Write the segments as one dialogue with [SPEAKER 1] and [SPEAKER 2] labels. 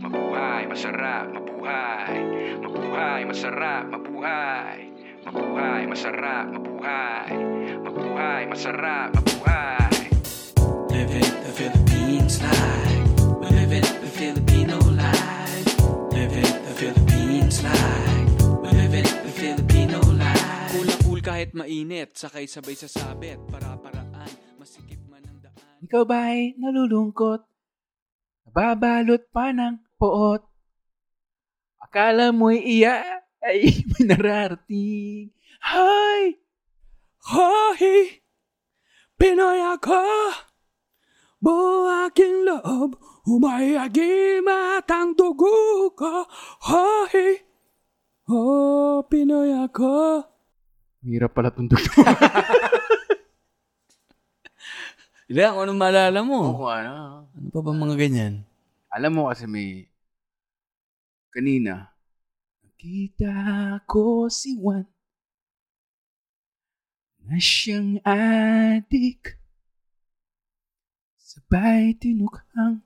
[SPEAKER 1] Mabuhay, masarap, mabuhay. Mabuhay, masarap, mabuhay. Mabuhay, masarap, mabuhay. Mabuhay, masarap, mabuhay.
[SPEAKER 2] Living the Philippines life. We're living the Filipino life. Living the Philippines life. We're living the Filipino life. Cool na cool kahit mainit. Sakay sabay sa sabit. Para-paraan. Masikip man ang daan.
[SPEAKER 3] Ikaw ba'y nalulungkot? Nababalot pa ng poot? Akala mo'y iya ay may nararating. Hay!
[SPEAKER 2] Hoy! Pinoy ako! Buhaking loob, umayagimat ang dugo ko. Hoy! Oh, Pinoy ako.
[SPEAKER 3] Mahirap pala tundog.
[SPEAKER 2] Ilang, anong maalala mo?
[SPEAKER 3] Oo, ano.
[SPEAKER 2] Ano pa ba mga ganyan?
[SPEAKER 3] Alam mo kasi may... Kanina. Nakita ko si Juan na siyang adik. Sabay tinukhang.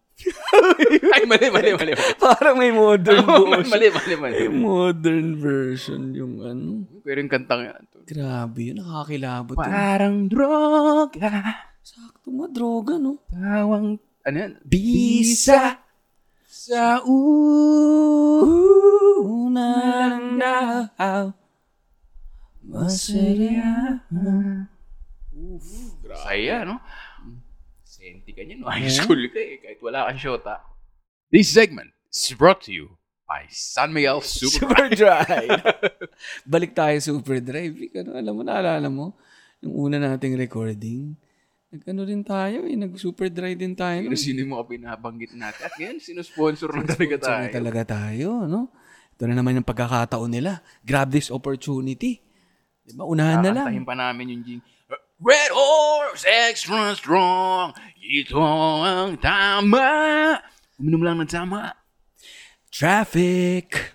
[SPEAKER 3] Ay, mali, mali, mali.
[SPEAKER 2] Parang may modern
[SPEAKER 3] mali, mali, mali.
[SPEAKER 2] May modern version yung ano.
[SPEAKER 3] Pero yung kantang yan.
[SPEAKER 2] Grabe yun, nakakilabot. yun.
[SPEAKER 3] Parang droga.
[SPEAKER 2] Sakto mo, droga, no?
[SPEAKER 3] Tawang, ano yan?
[SPEAKER 2] Bisa.
[SPEAKER 3] Sa u.
[SPEAKER 2] Una lang na Masaya.
[SPEAKER 3] Saya, no? Senti ka niya, no? High school ka eh, kahit wala kang syota. This segment is brought to you by San Miguel Super.
[SPEAKER 2] Superdrive. Balik tayo sa Superdrive. Vic, Ano, alam mo, naalala mo, yung una nating recording, nag-ano rin tayo eh, nag-Superdrive din tayo.
[SPEAKER 3] Sino sino yung mga pinabanggit natin? At ngayon, sino-sponsor na talaga
[SPEAKER 2] Sponsor na
[SPEAKER 3] tayo.
[SPEAKER 2] talaga tayo, no? Ito na naman yung pagkakataon nila. Grab this opportunity. Diba? Unahan na lang.
[SPEAKER 3] Kakantahin pa namin yung jing. Red Horse Extra Strong, ito ang tama. Uminom lang ng tama.
[SPEAKER 2] Traffic.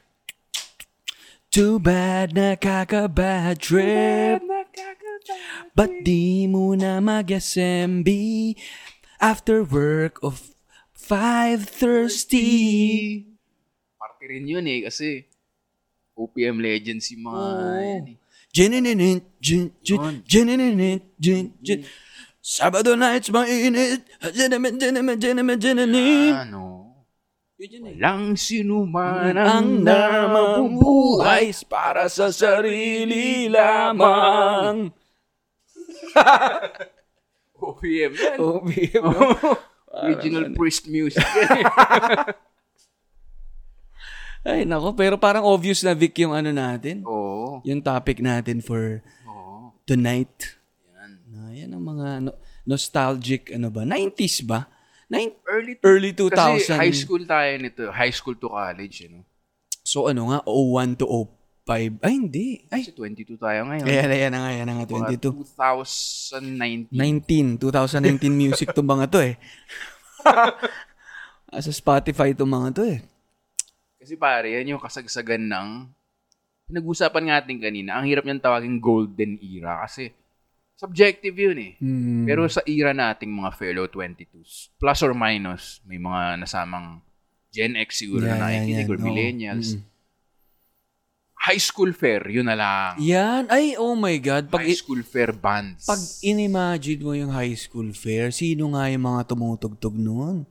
[SPEAKER 2] Too bad nakaka-bad trip. Ba't di mo na mag-SMB after work of five thirsty?
[SPEAKER 3] Party rin yun eh, kasi OPM Legends yung mga yan eh.
[SPEAKER 2] Jininin, jin,
[SPEAKER 3] Yun.
[SPEAKER 2] jin, jininin, jin, jin. Sabado nights mainit. Jinamin, jinamin, jinamin, jinamin.
[SPEAKER 3] Ano? Walang sinuman
[SPEAKER 2] ang
[SPEAKER 3] ang namabuhay.
[SPEAKER 2] namabuhay para sa sarili lamang.
[SPEAKER 3] OPM Oh, yan.
[SPEAKER 2] OBM.
[SPEAKER 3] Original priest music.
[SPEAKER 2] Ay, nako. Pero parang obvious na, Vic, yung ano natin.
[SPEAKER 3] Oo.
[SPEAKER 2] Yung topic natin for
[SPEAKER 3] Oo.
[SPEAKER 2] tonight.
[SPEAKER 3] Yan.
[SPEAKER 2] Na, yan ang mga no- nostalgic, ano ba? 90s ba? Nin-
[SPEAKER 3] Early,
[SPEAKER 2] early 2000.
[SPEAKER 3] Kasi high school tayo nito. High school to college, you know?
[SPEAKER 2] So, ano nga? 01 to 05. Ay, hindi. Ay,
[SPEAKER 3] Kasi 22 tayo ngayon.
[SPEAKER 2] ayan, ayan na nga, ayan na nga.
[SPEAKER 3] Mga
[SPEAKER 2] 22.
[SPEAKER 3] 2019.
[SPEAKER 2] 19. 2019 music tong mga to eh. Ah, Sa Spotify tong mga to eh.
[SPEAKER 3] Kasi pare, yan yung kasagsagan ng pinag-usapan natin kanina. Ang hirap niyang tawagin golden era kasi subjective yun eh.
[SPEAKER 2] Hmm.
[SPEAKER 3] Pero sa era nating mga fellow 22s, plus or minus, may mga nasamang Gen X siguro
[SPEAKER 2] Yeah,
[SPEAKER 3] na
[SPEAKER 2] yeah,
[SPEAKER 3] nakikinig
[SPEAKER 2] yeah.
[SPEAKER 3] or
[SPEAKER 2] Oo.
[SPEAKER 3] millennials.
[SPEAKER 2] Mm.
[SPEAKER 3] High school fair, yun na lang.
[SPEAKER 2] Yan. Ay, oh my God. Pag,
[SPEAKER 3] high school fair bands.
[SPEAKER 2] pag inimagine mo yung high school fair, sino nga yung mga tumutugtog noon?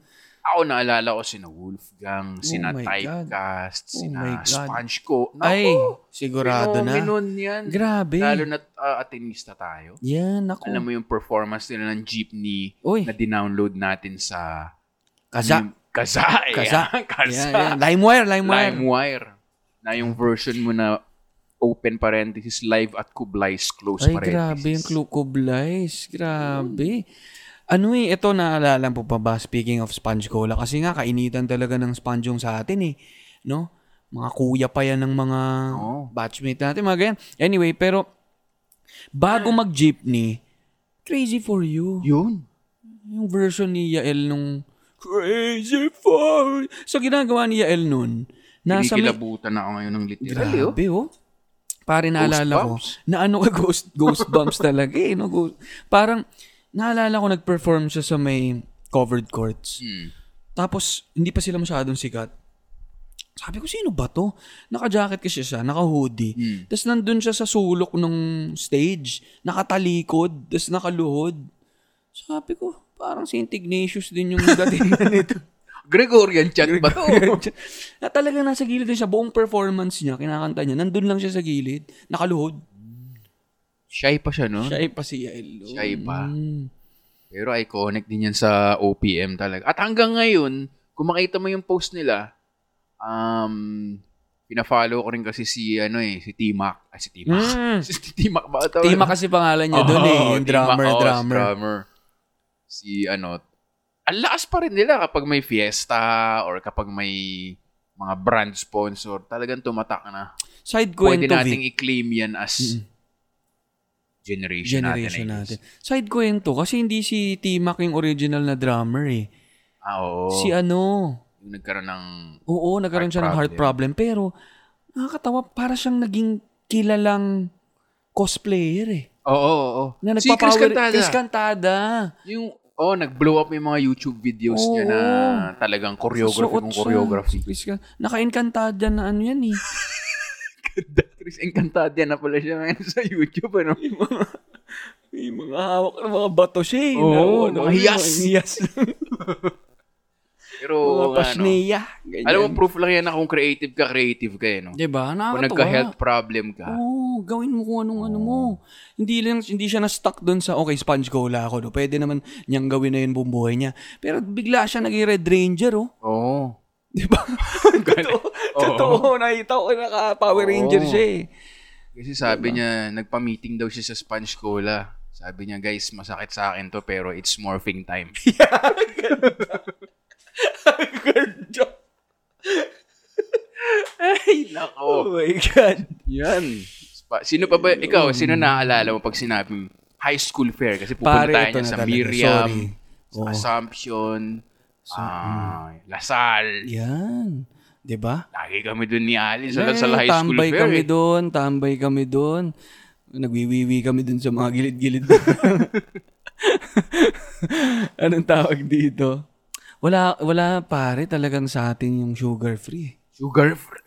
[SPEAKER 3] Ako naalala ko sina Wolfgang, sina
[SPEAKER 2] Oh my God.
[SPEAKER 3] Typecast,
[SPEAKER 2] Oh
[SPEAKER 3] sina
[SPEAKER 2] my God.
[SPEAKER 3] Sponge Co. Naku,
[SPEAKER 2] Ay, sigurado na.
[SPEAKER 3] phenomenon yan.
[SPEAKER 2] Grabe.
[SPEAKER 3] Lalo na uh, atinista tayo.
[SPEAKER 2] Yan, ako.
[SPEAKER 3] Alam mo yung performance nila ng jeepney
[SPEAKER 2] Uy.
[SPEAKER 3] na dinownload natin sa...
[SPEAKER 2] Kaza.
[SPEAKER 3] Kaza. eh.
[SPEAKER 2] Kaza.
[SPEAKER 3] Kaza.
[SPEAKER 2] Yan, yan. LimeWire, LimeWire.
[SPEAKER 3] LimeWire. Na yung version mo na open parenthesis, live at Kublai's close
[SPEAKER 2] Ay,
[SPEAKER 3] parenthesis.
[SPEAKER 2] grabe yung Klukoblies. Grabe. Ano eh, ito naalala po pa ba, speaking of sponge cola, kasi nga kainitan talaga ng sponge yung sa atin eh. No? Mga kuya pa yan ng mga
[SPEAKER 3] Oo.
[SPEAKER 2] batchmate natin, mga ganyan. Anyway, pero bago mag-jeepney, crazy for you.
[SPEAKER 3] Yun.
[SPEAKER 2] Yung version ni Yael nung Crazy for You. So, ginagawa ni Yael nun. Nasa may...
[SPEAKER 3] Kinikilabutan ako ngayon ng literal. eh, oh.
[SPEAKER 2] Grabe, oh. Pare, naalala ko.
[SPEAKER 3] Goosebumps.
[SPEAKER 2] Na ano ka, ghost, ghost bumps talaga eh. No? Go- Parang, naalala ko nag-perform siya sa may covered courts.
[SPEAKER 3] Hmm.
[SPEAKER 2] Tapos, hindi pa sila masyadong sikat. Sabi ko, sino ba to? Naka-jacket kasi siya, naka-hoodie.
[SPEAKER 3] Mm.
[SPEAKER 2] Tapos nandun siya sa sulok ng stage, nakatalikod, tapos nakaluhod. Sabi ko, parang St. Ignatius din yung dating nito.
[SPEAKER 3] Gregorian chant ba to?
[SPEAKER 2] na talagang nasa gilid din siya. Buong performance niya, kinakanta niya, nandun lang siya sa gilid, nakaluhod.
[SPEAKER 3] Shy pa siya, no?
[SPEAKER 2] Siya ay pa si Yelo.
[SPEAKER 3] Siya ay pa.
[SPEAKER 2] Mm.
[SPEAKER 3] Pero iconic din yan sa OPM talaga. At hanggang ngayon, kung makita mo yung post nila, um, pina-follow ko rin kasi si, ano eh, si T-Mac. Ay, si T-Mac.
[SPEAKER 2] Mm.
[SPEAKER 3] si T-Mac ba? Tawag-
[SPEAKER 2] Tima kasi pangalan niya
[SPEAKER 3] Oo,
[SPEAKER 2] doon eh. Yung
[SPEAKER 3] T-Mac,
[SPEAKER 2] drummer,
[SPEAKER 3] oo, si
[SPEAKER 2] drummer.
[SPEAKER 3] drummer. Si, ano, ang lakas pa rin nila kapag may fiesta or kapag may mga brand sponsor. Talagang tumatak na.
[SPEAKER 2] Side
[SPEAKER 3] Pwede
[SPEAKER 2] kwento,
[SPEAKER 3] nating
[SPEAKER 2] Vic.
[SPEAKER 3] i-claim yan as
[SPEAKER 2] Mm.
[SPEAKER 3] generation,
[SPEAKER 2] Generation
[SPEAKER 3] natin. I
[SPEAKER 2] natin.
[SPEAKER 3] guess.
[SPEAKER 2] Side kwento, kasi hindi si T-Mac yung original na drummer eh.
[SPEAKER 3] Ah, oo.
[SPEAKER 2] Si ano,
[SPEAKER 3] yung nagkaroon ng...
[SPEAKER 2] Oo, nagkaroon
[SPEAKER 3] Heart
[SPEAKER 2] siya ng heart problem.
[SPEAKER 3] problem.
[SPEAKER 2] Pero, nakakatawa, para siyang naging kilalang cosplayer eh.
[SPEAKER 3] Oo, oo, oo.
[SPEAKER 2] Na
[SPEAKER 3] si Chris
[SPEAKER 2] nagpapower-
[SPEAKER 3] Cantada.
[SPEAKER 2] Chris Cantada.
[SPEAKER 3] Yung, oh, nag-blow up yung mga YouTube videos niya
[SPEAKER 2] Oo.
[SPEAKER 3] na talagang choreography
[SPEAKER 2] Susuot
[SPEAKER 3] kung
[SPEAKER 2] siya. Si
[SPEAKER 3] choreography.
[SPEAKER 2] Chris Can- Naka-encantada na ano yan eh.
[SPEAKER 3] Chris Encantada na pala siya ngayon sa YouTube, ano?
[SPEAKER 2] May mga hawak ng mga bato siya eh.
[SPEAKER 3] Oo,
[SPEAKER 2] Naroon, oh,
[SPEAKER 3] mga
[SPEAKER 2] may
[SPEAKER 3] hiyas.
[SPEAKER 2] Mga hiyas.
[SPEAKER 3] Pero,
[SPEAKER 2] mga
[SPEAKER 3] ano,
[SPEAKER 2] pasneya. Ganyan.
[SPEAKER 3] alam mo, proof lang yan na kung creative ka, creative ka, eh, no?
[SPEAKER 2] Diba?
[SPEAKER 3] Kung
[SPEAKER 2] Nakakatawa.
[SPEAKER 3] nagka-health problem ka.
[SPEAKER 2] Oo, gawin mo kung anong ano mo. Hindi lang hindi siya na-stuck doon sa okay, sponge cola ako. No? Pwede naman niyang gawin na yun buong buhay niya. Pero bigla siya naging Red Ranger, oh.
[SPEAKER 3] Oo. Oh.
[SPEAKER 2] Di ba? totoo, totoo, nakita ko naka-Power
[SPEAKER 3] Oo.
[SPEAKER 2] Ranger siya eh.
[SPEAKER 3] Kasi
[SPEAKER 2] Diba?
[SPEAKER 3] sabi niya, nagpa-meeting daw siya sa Sponge Cola. Sabi niya, guys, masakit sa akin to, pero it's morphing time. Ay, nako.
[SPEAKER 2] Oh my God.
[SPEAKER 3] Yan. Pa- Sino pa ba, ikaw, sino naaalala mo pag sinabing high school fair? Kasi pupunta
[SPEAKER 2] Pare,
[SPEAKER 3] tayo
[SPEAKER 2] ito
[SPEAKER 3] niya
[SPEAKER 2] na
[SPEAKER 3] sa
[SPEAKER 2] talaga.
[SPEAKER 3] Miriam,
[SPEAKER 2] Sorry. Oh. Oo.
[SPEAKER 3] sa
[SPEAKER 2] mm.
[SPEAKER 3] Assumption, ah, Lasal.
[SPEAKER 2] Yan. Di ba?
[SPEAKER 3] Lagi kami dun ni Ali sa
[SPEAKER 2] Eh,
[SPEAKER 3] Lasal High School
[SPEAKER 2] tambay
[SPEAKER 3] Fair.
[SPEAKER 2] kami
[SPEAKER 3] eh.
[SPEAKER 2] doon, tambay kami doon. Nagwiwiwi kami doon sa mga gilid-gilid. Anong tawag dito? Wala, wala pare talagang sa atin yung sugar free.
[SPEAKER 3] Sugar fair.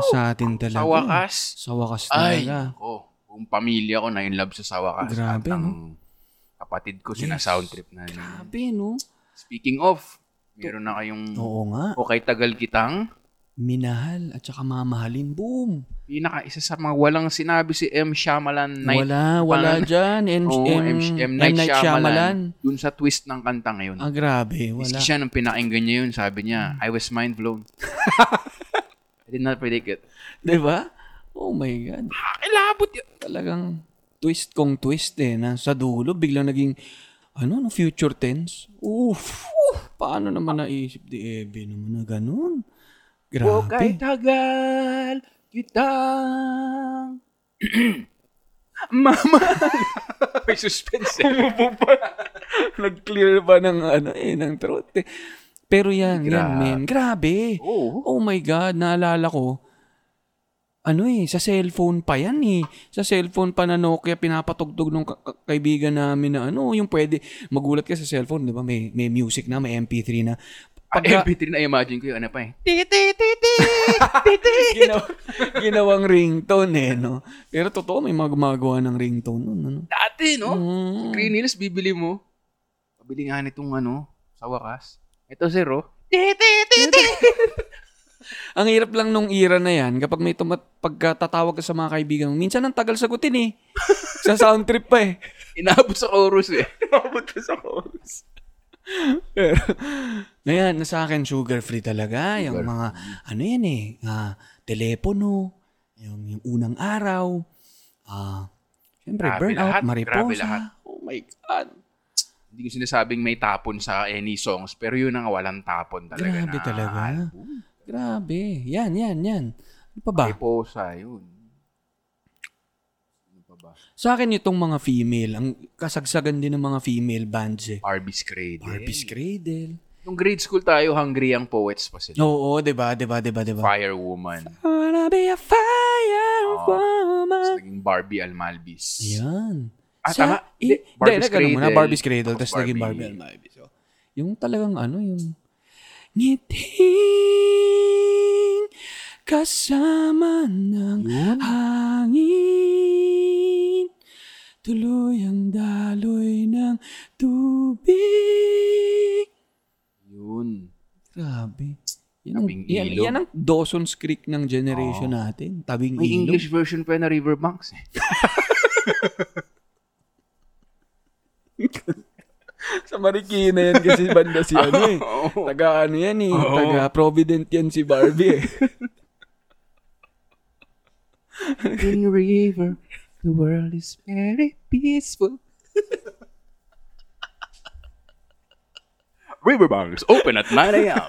[SPEAKER 2] Oh, sa atin talaga.
[SPEAKER 3] Sa wakas.
[SPEAKER 2] Sa wakas
[SPEAKER 3] Ay,
[SPEAKER 2] talaga.
[SPEAKER 3] nako. Buong pamilya ko na in love sa Sawakas.
[SPEAKER 2] Grabe,
[SPEAKER 3] At ang kapatid ko sina sound trip na. yun.
[SPEAKER 2] Grabe, no?
[SPEAKER 3] Speaking of, meron na kayong
[SPEAKER 2] Oo nga.
[SPEAKER 3] o kay Tagal Kitang.
[SPEAKER 2] Minahal at saka mamahalin. Boom.
[SPEAKER 3] Pinaka isa sa mga walang sinabi si M. Shyamalan Night
[SPEAKER 2] wala, wala
[SPEAKER 3] Pangalan-
[SPEAKER 2] dyan. M,
[SPEAKER 3] Oo,
[SPEAKER 2] M, M. Night Shyamalan.
[SPEAKER 3] Dun sa twist ng kanta ngayon.
[SPEAKER 2] Ah, grabe.
[SPEAKER 3] Wala.
[SPEAKER 2] Wala. Hmm.
[SPEAKER 3] siya nung pinakinggan niya yun, sabi niya, I was mind blown. I did not predict it.
[SPEAKER 2] Diba? Oh my God.
[SPEAKER 3] Kakilabot yun.
[SPEAKER 2] talagang twist kong twist eh. Na sa dulo, biglang naging, ano, no, future tense. Oof! Oof! Paano naman naisip di Ebe naman na ganun?
[SPEAKER 3] O kay
[SPEAKER 2] Grabe.
[SPEAKER 3] tagal kitang mama. May suspense eh.
[SPEAKER 2] Nag-clear pa ng ano eh, ng throat eh. Pero yan, yan,
[SPEAKER 3] Grabe.
[SPEAKER 2] men. Grabe.
[SPEAKER 3] Oo.
[SPEAKER 2] Oh my God, naalala ko. Ano eh, sa cellphone pa yan eh. Sa cellphone pa na Nokia, pinapatugtog nung ka- ka- kaibigan namin na ano, yung pwede, magulat ka sa cellphone, di ba? May, may music na, may MP3 na.
[SPEAKER 3] Pagka- MP3 na imagine ko yung ano pa eh.
[SPEAKER 2] Ginaw- ginawang ringtone eh, no? Pero totoo, may mga gumagawa ng ringtone nun, ano?
[SPEAKER 3] Dati, no?
[SPEAKER 2] Mm.
[SPEAKER 3] Green Hills, bibili mo. Pabili nga nitong ano, sa wakas. Ito zero. Titi-titi.
[SPEAKER 2] Ang hirap lang nung era na yan, kapag may tumat, pagkatatawag ka sa mga kaibigan, mo, minsan ang tagal sagutin eh. sa sound trip pa eh.
[SPEAKER 3] Inaabot sa chorus eh.
[SPEAKER 2] Nakabot sa chorus. Pero, ngayon, sa akin, sugar-free talaga. yung mga, ano yan eh, ah, telepono, yung, yung unang araw, ah, syempre,
[SPEAKER 3] Grabe
[SPEAKER 2] burnout,
[SPEAKER 3] lahat, grabe
[SPEAKER 2] mariposa.
[SPEAKER 3] lahat.
[SPEAKER 2] Oh my God.
[SPEAKER 3] Hindi ko sinasabing may tapon sa any songs, pero yun ang walang tapon talaga
[SPEAKER 2] Grabe
[SPEAKER 3] na.
[SPEAKER 2] talaga.
[SPEAKER 3] album.
[SPEAKER 2] Grabe. Yan, yan, yan. Ano pa ba?
[SPEAKER 3] May posa, yun. Ano pa ba?
[SPEAKER 2] Sa akin, itong mga female, ang kasagsagan din ng mga female bands eh.
[SPEAKER 3] Barbie's Cradle.
[SPEAKER 2] Barbie's Cradle.
[SPEAKER 3] Nung grade school tayo, hungry ang poets pa sila.
[SPEAKER 2] Oo, diba, di ba, di ba, di ba, di ba?
[SPEAKER 3] Fire Oh. Woman.
[SPEAKER 2] Wanna be a
[SPEAKER 3] Tapos
[SPEAKER 2] firewoman.
[SPEAKER 3] naging Barbie Almalbis.
[SPEAKER 2] Yan.
[SPEAKER 3] Ah, tama.
[SPEAKER 2] i-
[SPEAKER 3] Hindi,
[SPEAKER 2] eh, Hindi,
[SPEAKER 3] Barbie's
[SPEAKER 2] nagkano muna,
[SPEAKER 3] Cradle.
[SPEAKER 2] Barbie's Cradle,
[SPEAKER 3] Tapos
[SPEAKER 2] tapos naging
[SPEAKER 3] Barbie.
[SPEAKER 2] Barbie Almalbis. oh. Yung talagang ano, yung... Ngiting Kasama ng
[SPEAKER 3] Yun.
[SPEAKER 2] hangin Tuloy ang daloy ng tubig
[SPEAKER 3] Yun.
[SPEAKER 2] Grabe. Yan ang,
[SPEAKER 3] Tabing
[SPEAKER 2] yan,
[SPEAKER 3] ilog.
[SPEAKER 2] yan ang Dawson's Creek ng generation natin. Tabing
[SPEAKER 3] May
[SPEAKER 2] ilog.
[SPEAKER 3] English version pa na Riverbanks. eh.
[SPEAKER 2] Sa Marikina yan kasi banda si ano eh.
[SPEAKER 3] Oo.
[SPEAKER 2] Taga ano yan eh.
[SPEAKER 3] Oo.
[SPEAKER 2] Taga Provident yan si Barbie eh.
[SPEAKER 3] In river, the world is very peaceful. Riverbanks, open at 9 a.m.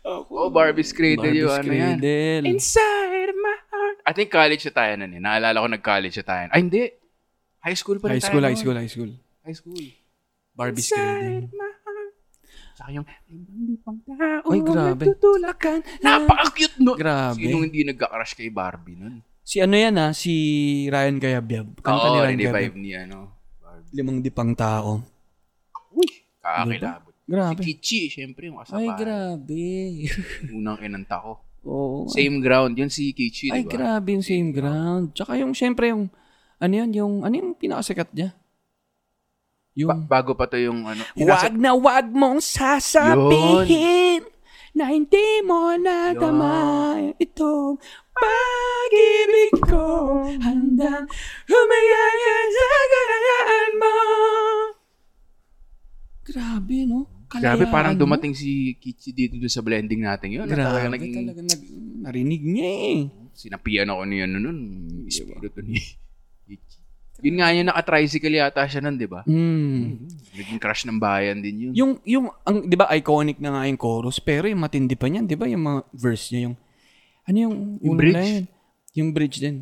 [SPEAKER 3] oh, Barbie's Cradle yung ano yan.
[SPEAKER 2] Cradle.
[SPEAKER 3] Inside my heart. I think college na tayo nun eh. Naalala ko nag-college na tayo. Ay, hindi. High school pa rin
[SPEAKER 2] High school,
[SPEAKER 3] tayo.
[SPEAKER 2] high
[SPEAKER 3] nun.
[SPEAKER 2] school, high school.
[SPEAKER 3] High school.
[SPEAKER 2] Barbie's Cradle.
[SPEAKER 3] Saka yung, hindi pang tao.
[SPEAKER 2] Ay, grabe.
[SPEAKER 3] Tutulakan. Napaka-cute nun.
[SPEAKER 2] Grabe.
[SPEAKER 3] Sinong hindi nagka-crush kay Barbie nun?
[SPEAKER 2] Si ano yan ha? Si Ryan Gayabyab. Kanta ni
[SPEAKER 3] Oo,
[SPEAKER 2] Ryan
[SPEAKER 3] hindi
[SPEAKER 2] Gayabyab.
[SPEAKER 3] vibe ni ano. Barbie.
[SPEAKER 2] Limang dipang tao.
[SPEAKER 3] Kakakilabot.
[SPEAKER 2] Grabe.
[SPEAKER 3] Si Kichi, syempre, yung
[SPEAKER 2] Diba? Ay,
[SPEAKER 3] kasama.
[SPEAKER 2] grabe.
[SPEAKER 3] Unang inanta ko.
[SPEAKER 2] Oo.
[SPEAKER 3] Same ground. Yun si Kichi, diba?
[SPEAKER 2] Ay,
[SPEAKER 3] di ba?
[SPEAKER 2] grabe yung same ground. Tsaka yung, syempre, yung, ano yun, yung, ano yung pinakasikat niya? Yung,
[SPEAKER 3] Ba- bago pa to yung ano. yung nasa-
[SPEAKER 2] wag na wag mong sasabihin na hindi mo nadama itong pag-ibig ko. Handang humiyayan sa kalayaan mo. Grabe, no?
[SPEAKER 3] Grabe,
[SPEAKER 2] Kalayaan
[SPEAKER 3] parang
[SPEAKER 2] mo.
[SPEAKER 3] dumating si Kichi dito dun sa blending natin yun.
[SPEAKER 2] Grabe,
[SPEAKER 3] Talaga naging,
[SPEAKER 2] talaga nag, narinig niya eh.
[SPEAKER 3] sinapian ako niya nun, nun
[SPEAKER 2] Diba?
[SPEAKER 3] espiritu ni Kichi. Yun nga yun, naka-tricycle yata siya nun, di ba?
[SPEAKER 2] Hmm.
[SPEAKER 3] Naging crush ng bayan din yun.
[SPEAKER 2] Yung yung ang 'di ba iconic na nga yung chorus pero yung matindi pa niyan 'di ba yung mga verse niya yung ano yung,
[SPEAKER 3] Yung
[SPEAKER 2] unang
[SPEAKER 3] bridge?
[SPEAKER 2] line? yung bridge din.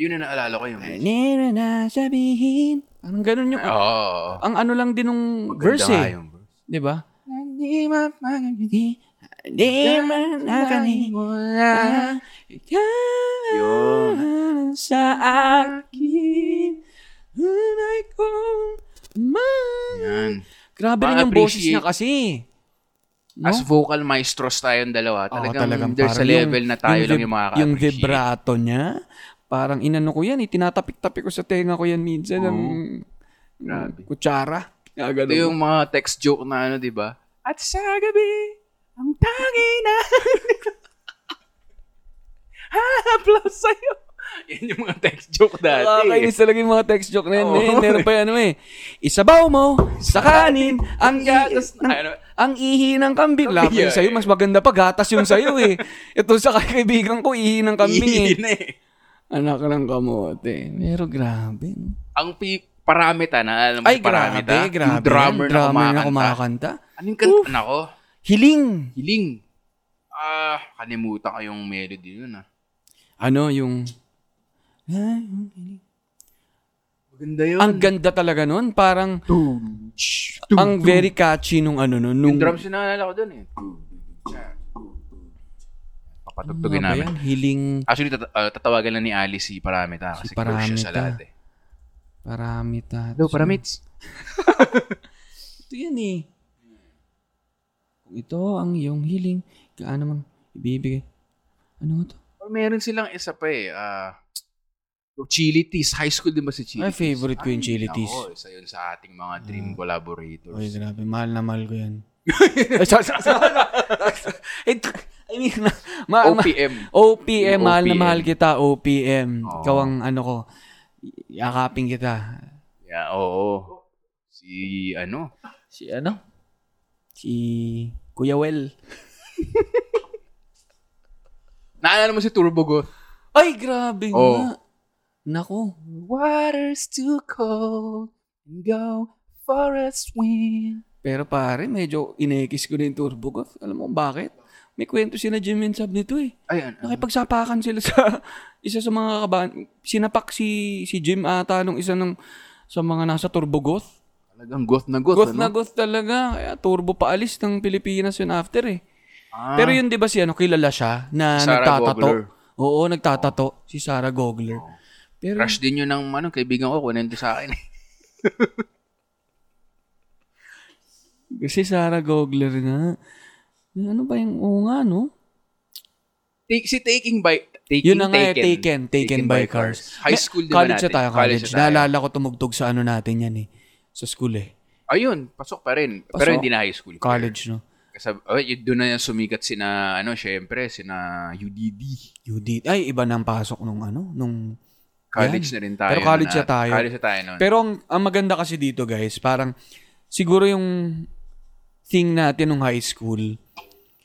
[SPEAKER 3] Yun na naalala ko yung Oo.
[SPEAKER 2] Nira na sabihin. Parang ganun yung
[SPEAKER 3] Oh,
[SPEAKER 2] ang ano lang din nung verse eh, 'di ba? Hindi ma magiging hindi man nakalimutan
[SPEAKER 3] Yun.
[SPEAKER 2] Ikaw sa akin Tunay kong ma-
[SPEAKER 3] Yan.
[SPEAKER 2] Grabe rin yung boses
[SPEAKER 3] Ma-appreciate.
[SPEAKER 2] niya kasi. No?
[SPEAKER 3] As vocal maestros tayong dalawa,
[SPEAKER 2] Oo,
[SPEAKER 3] talagang, there's a
[SPEAKER 2] parang
[SPEAKER 3] level na tayo lang
[SPEAKER 2] vib-
[SPEAKER 3] yung makaka-appreciate.
[SPEAKER 2] Yung vibrato niya, parang inano ko yan, eh, tinatapik-tapik ko sa tenga ko yan minsan ng
[SPEAKER 3] Grabe.
[SPEAKER 2] kutsara. Ah,
[SPEAKER 3] Ito yung mga text joke na ano, di ba? At sa gabi, ang tangi na hanaplus sa'yo. Yan yung mga text joke dati.
[SPEAKER 2] Nakakainis talaga yung mga text joke na yan.
[SPEAKER 3] Oo.
[SPEAKER 2] eh. Meron pa yan, ano eh. Isabaw mo sa kanin ang gatas ng,
[SPEAKER 3] Gatas na, ano?
[SPEAKER 2] ang ihi ng kambing. Laban
[SPEAKER 3] Yeah,
[SPEAKER 2] yung sa'yo,
[SPEAKER 3] eh.
[SPEAKER 2] mas maganda pa gatas yung sa'yo eh. Ito sa kaibigan ko, ihi ng kambing eh.
[SPEAKER 3] Yun eh.
[SPEAKER 2] Anak lang kamote. Pero grabe. no?
[SPEAKER 3] Ang pi- paramita na, alam mo,
[SPEAKER 2] Ay,
[SPEAKER 3] si paramita.
[SPEAKER 2] grabe, grabe.
[SPEAKER 3] Yung drummer,
[SPEAKER 2] yan. drummer
[SPEAKER 3] na
[SPEAKER 2] na
[SPEAKER 3] kumakanta.
[SPEAKER 2] kumakanta.
[SPEAKER 3] Anong kanta? Nako,
[SPEAKER 2] Hiling.
[SPEAKER 3] hiling. Ah, kanimutan ko yung melody nun ah.
[SPEAKER 2] Ano yung...
[SPEAKER 3] Maganda yun.
[SPEAKER 2] Ang ganda talaga nun. Parang... ang very catchy nung ano nun. Nung,
[SPEAKER 3] yung drums yung naalala ko dun eh. Papatugtugin
[SPEAKER 2] Ano ba
[SPEAKER 3] namin.
[SPEAKER 2] yan? Hiling
[SPEAKER 3] Actually, tata- uh, tatawagan lang ni Ali si Paramita kasi
[SPEAKER 2] Si
[SPEAKER 3] crush siya
[SPEAKER 2] Paramita.
[SPEAKER 3] sa lahat eh.
[SPEAKER 2] paramita.
[SPEAKER 3] Paramits.
[SPEAKER 2] Ito yan eh. Kung ito ang iyong hiling, kaano mang ibibigay. Ano nga to?
[SPEAKER 3] Or meron silang isa pa eh. ah, Chili Teas. High school din ba si Chili
[SPEAKER 2] Ay, favorite ko yung Chili Hmm. Teas.
[SPEAKER 3] Ako, isa yun sa ating mga dream collaborators.
[SPEAKER 2] Uy, grabe. Mahal na mahal ko yan. Ay, sorry, sorry, sorry. Ay, t- I mean, ma- ma-
[SPEAKER 3] OPM.
[SPEAKER 2] OPM,
[SPEAKER 3] Yung
[SPEAKER 2] mahal na
[SPEAKER 3] OPM.
[SPEAKER 2] mahal kita, OPM.
[SPEAKER 3] Oo.
[SPEAKER 2] Ikaw ang ano ko, yakapin kita.
[SPEAKER 3] Yeah, oo. Si ano?
[SPEAKER 2] Si ano? Si Kuya Well.
[SPEAKER 3] Naalala mo si Turbo Go?
[SPEAKER 2] Ay, grabe
[SPEAKER 3] Oo.
[SPEAKER 2] nga. Nako.
[SPEAKER 3] Water's too cold. Go for a swim.
[SPEAKER 2] Pero pare, medyo inekis ko na yung turbo ko. Alam mo bakit? May kwento sina Jim and Sab nito eh.
[SPEAKER 3] Ayan.
[SPEAKER 2] Nakipagsapakan sila sa isa sa mga kabahan. Sinapak si, si Jim ata nung isa ng sa mga nasa turbo goth.
[SPEAKER 3] Talagang goth na goth.
[SPEAKER 2] Goth
[SPEAKER 3] ano?
[SPEAKER 2] na goth talaga. Kaya turbo paalis ng Pilipinas yun after eh.
[SPEAKER 3] Ah,
[SPEAKER 2] Pero yun 'di ba si ano kilala siya na
[SPEAKER 3] Sarah
[SPEAKER 2] nagtatato.
[SPEAKER 3] Gogler.
[SPEAKER 2] Oo, nagtatato si Sarah Gogler. Pero
[SPEAKER 3] crush din yun ng ano, kaibigan ko. Kunin to sa akin.
[SPEAKER 2] si Sarah Gogler nga ano ba yung oo nga no?
[SPEAKER 3] Take, si Taking by Taking
[SPEAKER 2] Yun na nga, eh, taken,
[SPEAKER 3] taken,
[SPEAKER 2] taken by cars.
[SPEAKER 3] High
[SPEAKER 2] May-
[SPEAKER 3] school din ba
[SPEAKER 2] college
[SPEAKER 3] natin?
[SPEAKER 2] na tayo,
[SPEAKER 3] College
[SPEAKER 2] college.
[SPEAKER 3] na tayo.
[SPEAKER 2] Naalala ko tumugtog sa ano natin yan eh. Sa school eh.
[SPEAKER 3] Ayun, pasok pa rin. Pero
[SPEAKER 2] Pasok.
[SPEAKER 3] hindi na high school.
[SPEAKER 2] College, no?
[SPEAKER 3] Kasi oh, yun, doon na yung sumikat sina ano, syempre sina UDD.
[SPEAKER 2] UD. Ay, iba na ang pasok nung ano, nung...
[SPEAKER 3] College
[SPEAKER 2] Yan.
[SPEAKER 3] na rin tayo.
[SPEAKER 2] Pero college
[SPEAKER 3] nun
[SPEAKER 2] na tayo.
[SPEAKER 3] College na tayo nun.
[SPEAKER 2] Pero ang, ang maganda kasi dito, guys, parang siguro yung thing natin nung high school,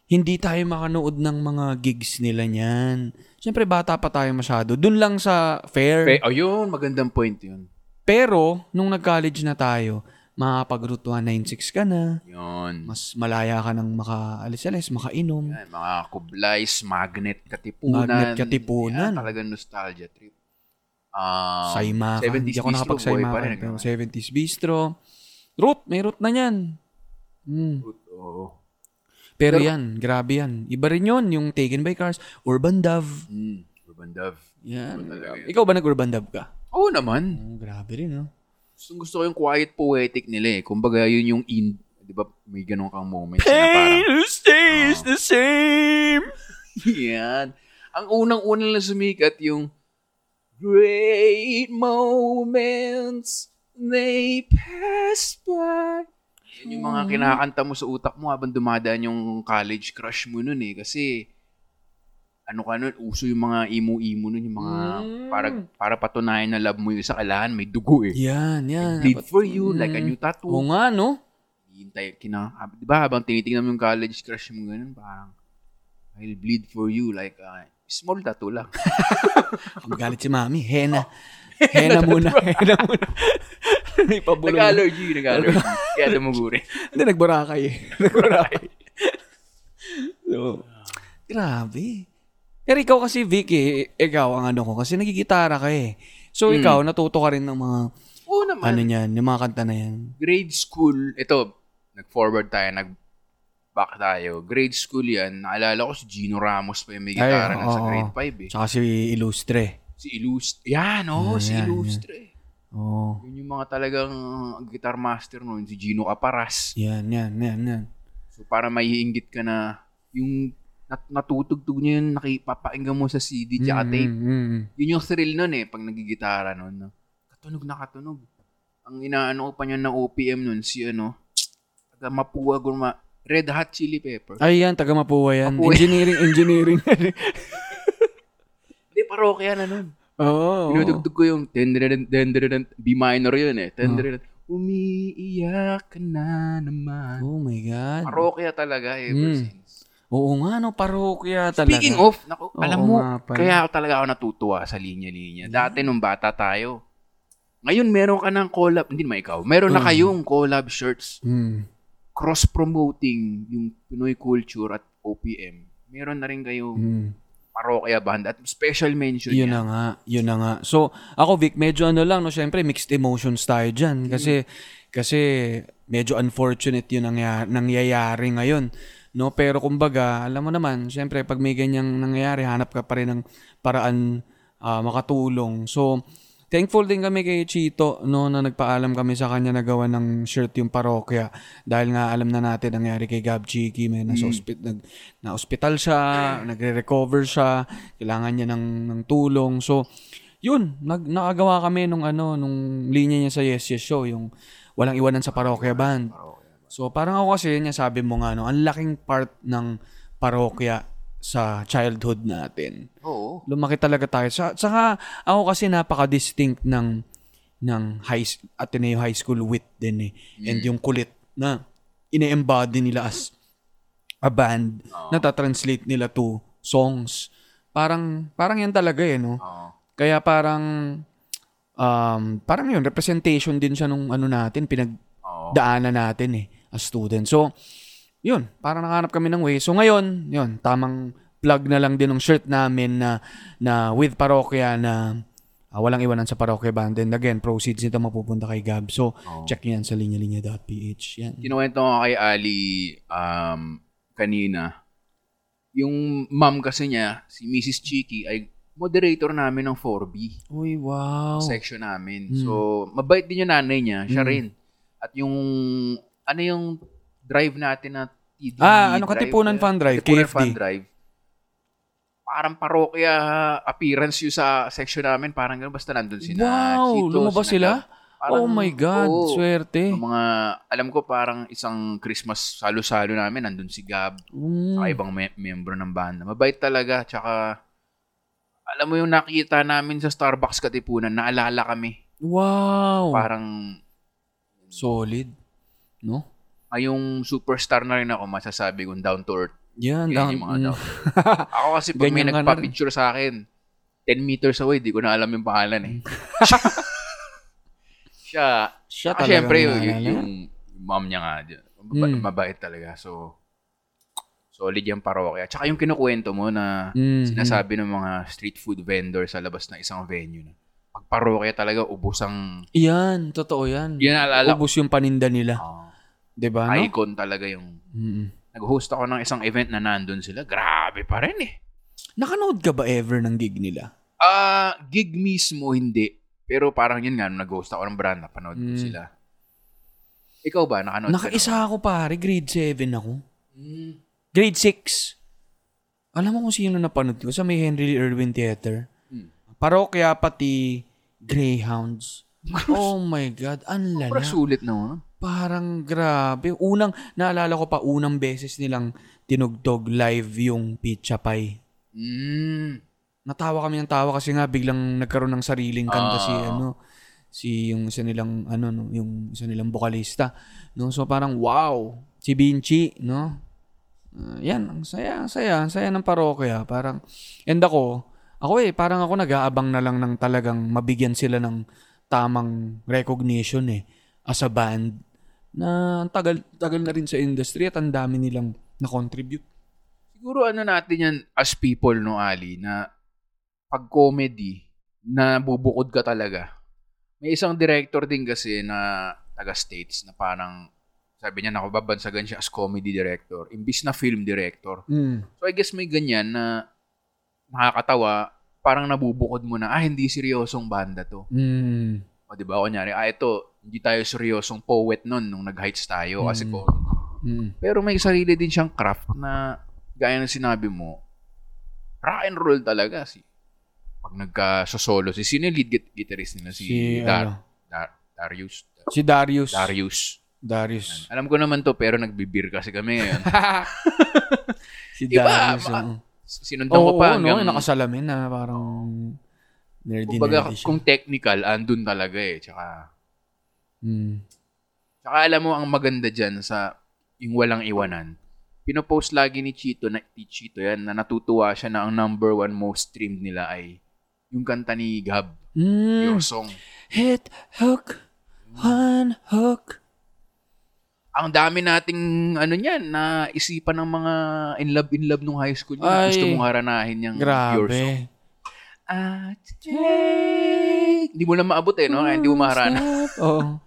[SPEAKER 2] hindi tayo makanood ng mga gigs nila niyan. Siyempre, bata pa tayo masyado. Doon lang sa fair.
[SPEAKER 3] Pe- oh, yun, magandang point yun.
[SPEAKER 2] Pero, nung nag-college na tayo, makakapag-route 196 ka na.
[SPEAKER 3] Yun.
[SPEAKER 2] Mas malaya ka ng makaalis-alis, makainom.
[SPEAKER 3] Yan, mga kublais, magnet, katipunan.
[SPEAKER 2] Magnet, katipunan.
[SPEAKER 3] Yan, talagang nostalgia trip. Um,
[SPEAKER 2] Saima ka. Hindi ako
[SPEAKER 3] bistro,
[SPEAKER 2] nakapag-saima
[SPEAKER 3] boy pa rin, ano?
[SPEAKER 2] ka. Pero
[SPEAKER 3] ganun.
[SPEAKER 2] 70s bistro. Root, may root na yan. Hmm.
[SPEAKER 3] Oo.
[SPEAKER 2] Pero,
[SPEAKER 3] Pero-
[SPEAKER 2] yan, grabe yan. Iba rin yun, yung Taken by Cars, Urban Dove.
[SPEAKER 3] Mm, Urban Dove.
[SPEAKER 2] Yan.
[SPEAKER 3] talaga yun.
[SPEAKER 2] Ikaw ba nag-Urban Dove ka?
[SPEAKER 3] Oo naman.
[SPEAKER 2] Oh, grabe rin, no?
[SPEAKER 3] Gusto, gusto ko yung quiet poetic nila eh. Kumbaga yun yung in, di ba may ganun kang moment na parang,
[SPEAKER 2] stays the same.
[SPEAKER 3] yan. Ang unang-unang lang sumikat yung Great moments, they pass by. Yan yung mga kinakanta mo sa utak mo habang dumadaan yung college crush mo nun eh. Kasi, ano ka nun, uso yung mga emo-emo nun, yung mga
[SPEAKER 2] Mm.
[SPEAKER 3] para, para patunayan na love mo yung isa, alahan may dugo eh.
[SPEAKER 2] Yan, yan.
[SPEAKER 3] Bleed
[SPEAKER 2] Dapat-
[SPEAKER 3] for you,
[SPEAKER 2] Mm.
[SPEAKER 3] like a new tattoo.
[SPEAKER 2] Oo nga, no?
[SPEAKER 3] Hintay, kina, hab- di ba habang tinitingnan mo yung college crush mo ganun, parang, I'll bleed for you, like, uh, small tattoo lang.
[SPEAKER 2] Magalit si mami. Hena. Hena muna.
[SPEAKER 3] diba?
[SPEAKER 2] Hena muna. May pabulong.
[SPEAKER 3] nag-allergy, nag-allergy. Kaya dumuguri.
[SPEAKER 2] Hindi, nagbarakay eh. Nagbarakay. so, grabe. Pero ikaw kasi, Vicky, ikaw ang ano ko, kasi nagigitara ka eh. So, ikaw, natuto ka rin ng mga,
[SPEAKER 3] Oo naman.
[SPEAKER 2] ano niyan, yung mga kanta na yan.
[SPEAKER 3] grade school, ito, nag-forward tayo, nag-back tayo. Grade school yan, naalala ko si Gino Ramos pa yung may gitara
[SPEAKER 2] Ay,
[SPEAKER 3] na sa
[SPEAKER 2] oo.
[SPEAKER 3] grade 5 eh.
[SPEAKER 2] Tsaka si Ilustre.
[SPEAKER 3] Si Illustre. Yan,
[SPEAKER 2] Ah,
[SPEAKER 3] oh,
[SPEAKER 2] yan,
[SPEAKER 3] si
[SPEAKER 2] yan.
[SPEAKER 3] Illustre.
[SPEAKER 2] Oo.
[SPEAKER 3] Yun yung mga talagang uh, guitar master noon, si Gino Aparas.
[SPEAKER 2] Yan, yan, yan, yan.
[SPEAKER 3] So para maiinggit ka na yung nat- natutugtog niya yun, nakipapakinggan mo sa CD tsaka
[SPEAKER 2] Mm,
[SPEAKER 3] tape.
[SPEAKER 2] mm, mm.
[SPEAKER 3] Yun yung thrill nun eh, pag nagigitara nun. No? Katunog na katunog. Ang inaano ko pa niya ng OPM nun, si ano, taga Mapua Gurma, Red Hot Chili Pepper.
[SPEAKER 2] Ay, yan, taga Mapua yan.
[SPEAKER 3] Mapua.
[SPEAKER 2] Engineering, engineering.
[SPEAKER 3] Hindi, parokya na nun.
[SPEAKER 2] Oo.
[SPEAKER 3] Pinudugtog ko yung tenderedent, tenderedent, B minor yun eh. Tenderedent, umiiyak ka na naman.
[SPEAKER 2] Oh my God.
[SPEAKER 3] Parokya talaga ever
[SPEAKER 2] Mm.
[SPEAKER 3] since.
[SPEAKER 2] Oo nga, no, parokya talaga.
[SPEAKER 3] Speaking of, naku,
[SPEAKER 2] Oo
[SPEAKER 3] alam mo,
[SPEAKER 2] nga pala. Mm.
[SPEAKER 3] kaya ako talaga ako natutuwa sa linya-linya. Dati nung bata tayo, ngayon meron ka ng collab, hindi naman ikaw, meron na
[SPEAKER 2] Mm.
[SPEAKER 3] kayong collab shirts,
[SPEAKER 2] Mm.
[SPEAKER 3] cross-promoting yung Pinoy culture at OPM. Meron na rin kayong
[SPEAKER 2] Mm.
[SPEAKER 3] parokya band at special mention
[SPEAKER 2] Yun
[SPEAKER 3] yan.
[SPEAKER 2] na nga, yun na nga. So, ako Vic, medyo ano lang, no, syempre mixed emotions tayo dyan kasi kasi medyo unfortunate yun ang nangyayari, nangyayari ngayon. No, pero kumbaga, alam mo naman, syempre pag may ganyang nangyayari, hanap ka pa rin ng paraan ah, makatulong. So, thankful din kami kay Chito no na nagpaalam kami sa kanya na gawa ng shirt yung parokya dahil nga alam na natin ang nangyari kay Gab Chiki, may nasa ospit- nag, na hospital siya, nagre-recover siya, kailangan niya ng ng tulong. So, yun, nag, nakagawa kami nung ano, nung linya niya sa Yes Yes Show, yung walang iwanan sa parokya band. So, parang ako kasi, niya sabi mo nga, no, ang laking part ng parokya sa childhood natin
[SPEAKER 3] Oo.
[SPEAKER 2] lumaki talaga tayo. Sa, saka ako kasi napaka-distinct ng ng high s- Ateneo High School wit din eh. And yung kulit na ine-embody nila as a band na tatranslate nila to songs. Parang parang yan talaga eh no.
[SPEAKER 3] Oo.
[SPEAKER 2] Kaya parang um, parang yun representation din siya nung ano natin pinag
[SPEAKER 3] Oo.
[SPEAKER 2] daanan natin eh as student. So, yun, para nakahanap kami ng way. So ngayon, yun, tamang plug na lang din ng shirt namin na, na with parokya na ah, walang iwanan sa parokya band. And again, proceeds nito mapupunta kay Gab. So, check nyo yan sa linyalinya.ph. Yan.
[SPEAKER 3] Kinuwento ko kay Ali um, kanina. Yung mom kasi niya, si Mrs. Chiki, ay moderator namin ng 4B.
[SPEAKER 2] Uy, wow.
[SPEAKER 3] section namin.
[SPEAKER 2] Hmm.
[SPEAKER 3] So, mabait din yung nanay niya. Siya rin. At yung, ano yung drive natin na TD
[SPEAKER 2] Ah, ano,
[SPEAKER 3] drive,
[SPEAKER 2] Katipunan
[SPEAKER 3] eh,
[SPEAKER 2] Fun Drive,
[SPEAKER 3] Katipunan
[SPEAKER 2] KFD.
[SPEAKER 3] Fun Drive. parang parokya appearance yun sa section namin. Parang gano'n, basta nandun si na.
[SPEAKER 2] wow,
[SPEAKER 3] Chito,
[SPEAKER 2] lumabas
[SPEAKER 3] si
[SPEAKER 2] sila?
[SPEAKER 3] na- Parang-
[SPEAKER 2] oh my God,
[SPEAKER 3] oo.
[SPEAKER 2] swerte.
[SPEAKER 3] Yung mga, alam ko parang isang Christmas salo-salo namin, nandun si Gab,
[SPEAKER 2] Mm.
[SPEAKER 3] saka ibang me- miyembro ng banda. Mabait talaga, tsaka, alam mo yung nakita namin sa Starbucks Katipunan, naalala kami.
[SPEAKER 2] Wow.
[SPEAKER 3] Parang,
[SPEAKER 2] Solid. No?
[SPEAKER 3] ay, yung superstar na rin ako, masasabi kong down to earth.
[SPEAKER 2] Yan.
[SPEAKER 3] Ganyan
[SPEAKER 2] down-
[SPEAKER 3] yung mga
[SPEAKER 2] mm.
[SPEAKER 3] down. Ako kasi pag may
[SPEAKER 2] Ganyan ka na rin.
[SPEAKER 3] nagpa-picture sa akin, 10 meters away, di ko na alam yung pangalan eh. Siya,
[SPEAKER 2] Siya
[SPEAKER 3] Ah,
[SPEAKER 2] talaga.
[SPEAKER 3] syempre, yung, yung,
[SPEAKER 2] naalala.
[SPEAKER 3] yung mom niya nga, mabait,
[SPEAKER 2] Mm.
[SPEAKER 3] mabait talaga. So, solid yung parokya. Tsaka yung kinukwento mo na
[SPEAKER 2] Mm,
[SPEAKER 3] sinasabi ng mga street food vendor sa labas ng isang venue. Na, pag parokya talaga, ubos ang...
[SPEAKER 2] mm. Yan, totoo yan.
[SPEAKER 3] Yun ang alala ko.
[SPEAKER 2] Ubus yung paninda nila.
[SPEAKER 3] Ah,
[SPEAKER 2] Diba, no?
[SPEAKER 3] Icon talaga yung...
[SPEAKER 2] Mm.
[SPEAKER 3] Nag-host ako ng isang event na nandun sila. Grabe pa rin eh.
[SPEAKER 2] Nakanood ka ba ever ng gig nila?
[SPEAKER 3] Ah, gig mismo hindi. Pero parang yun nga, nung nag-host ako ng brand, napanood ko
[SPEAKER 2] Mm.
[SPEAKER 3] sila. Ikaw ba? Nakanood ka na
[SPEAKER 2] Nakaisa ako pare, grade 7 ako.
[SPEAKER 3] ba? Mm.
[SPEAKER 2] Grade 6. Alam mo kung sino napanood ko sa may Henry Irwin Theater?
[SPEAKER 3] Hmm.
[SPEAKER 2] Parokya pati Greyhounds. oh my God, ang lala.
[SPEAKER 3] Sobrang sulit na, oh, no?
[SPEAKER 2] Parang grabe. Unang, naalala ko pa, unang beses nilang tinugtog live yung pizza pie.
[SPEAKER 3] Mm.
[SPEAKER 2] Natawa kami ng tawa kasi nga biglang nagkaroon ng sariling kanta si
[SPEAKER 3] Ah.
[SPEAKER 2] ano si yung isa nilang ano no, yung isa nilang bokalista no so parang wow si Vinci no Ah, yan ang saya ang saya ang saya ng parokya parang and ako ako eh parang ako nag-aabang na lang ng talagang mabigyan sila ng tamang recognition eh as a band na ang tagal tagal na rin sa industry at ang dami nilang na-contribute
[SPEAKER 3] Siguro ano natin yan as people, no, Ali, na pag comedy, na bubukod ka talaga. May isang director din kasi na taga-states na parang sabi niya nakubabansagan siya as comedy director imbis na film director.
[SPEAKER 2] mm.
[SPEAKER 3] So I guess may ganyan na nakakatawa, parang nabubukod mo na, ah, hindi seryosong banda to.
[SPEAKER 2] Mm.
[SPEAKER 3] O, di ba? Kunyari, ah, ito, hindi tayo seryosong poet nun nung nag-heights tayo kasi
[SPEAKER 2] Mm.
[SPEAKER 3] comedy.
[SPEAKER 2] Mm.
[SPEAKER 3] Pero may sarili din siyang craft na gaya ng sinabi mo, rock and roll talaga si pag nagka-solo si sino yung lead git- guitarist nila si,
[SPEAKER 2] Si,
[SPEAKER 3] Dar-
[SPEAKER 2] ano?
[SPEAKER 3] Dar- Darius
[SPEAKER 2] Si Darius.
[SPEAKER 3] Darius.
[SPEAKER 2] Darius.
[SPEAKER 3] Alam ko naman to pero nagbibir kasi kami ngayon.
[SPEAKER 2] Si
[SPEAKER 3] Diba?
[SPEAKER 2] Darius.
[SPEAKER 3] Ma-
[SPEAKER 2] oo.
[SPEAKER 3] Sinundan ko
[SPEAKER 2] Oo, oo, no?
[SPEAKER 3] pa hanggang
[SPEAKER 2] Yung nakasalamin na parang nerdy
[SPEAKER 3] kumbaga,
[SPEAKER 2] nerdy siya.
[SPEAKER 3] kung technical andun talaga eh. Tsaka
[SPEAKER 2] Mm.
[SPEAKER 3] Tsaka alam mo, ang maganda dyan sa yung walang iwanan, pinopost lagi ni Chito, na, ni Chito yan, na natutuwa siya na ang number one most streamed nila ay yung kanta ni Gab,
[SPEAKER 2] Mm.
[SPEAKER 3] your song.
[SPEAKER 2] Hit, hook, one hook.
[SPEAKER 3] Ang dami nating ano niyan na isipan ng mga in love in love nung high school niya.
[SPEAKER 2] Ay.
[SPEAKER 3] Gusto mong haranahin yung your song.
[SPEAKER 2] Grabe.
[SPEAKER 3] At take- Hindi mo na maabot eh, no? Ay, Hindi mo maharana.
[SPEAKER 2] Oo.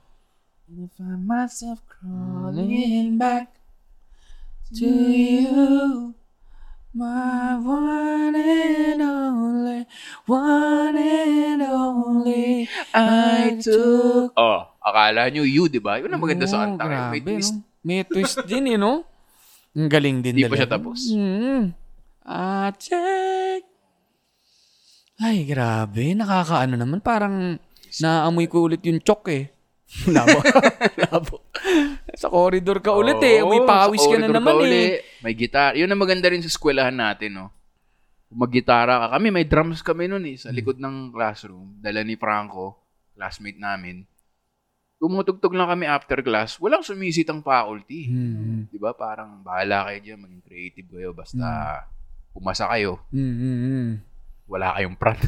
[SPEAKER 4] Find myself
[SPEAKER 2] Falling back to you. My one and only, one and only, I took
[SPEAKER 3] Oh, akala nyo you, di ba? Yun ang maganda sa
[SPEAKER 2] Oo,
[SPEAKER 3] kanta. eh. May
[SPEAKER 2] Oh, grabe,
[SPEAKER 3] twist.
[SPEAKER 2] no? May twist din eh, no? Ang galing din
[SPEAKER 3] Hindi pa
[SPEAKER 2] talaga.
[SPEAKER 3] siya tapos.
[SPEAKER 2] Mm. Ah, check! Ay, grabe. Nakakaano naman. Parang naamoy ko ulit yung chok eh. Labo. Labo. sa corridor ka ulit eh. May
[SPEAKER 3] Oo,
[SPEAKER 2] pawis
[SPEAKER 3] sa
[SPEAKER 2] ka na
[SPEAKER 3] corridor
[SPEAKER 2] naman
[SPEAKER 3] ka
[SPEAKER 2] eh.
[SPEAKER 3] uli. May gitara. Yun ang maganda rin sa eskwelahan natin, no? Kung Mag-gitara ka. Kami, may drums kami nun eh,
[SPEAKER 2] Hmm.
[SPEAKER 3] sa likod ng classroom. Dala ni Franco, classmate namin. Tumutugtog lang kami after class. Walang sumisit ang faculty.
[SPEAKER 2] Mm,
[SPEAKER 3] Di ba? Parang bahala kayo dyan. Maging creative kayo. Basta
[SPEAKER 2] Hmm.
[SPEAKER 3] pumasa kayo.
[SPEAKER 2] mm, mm, mm.
[SPEAKER 3] Wala kayong pran.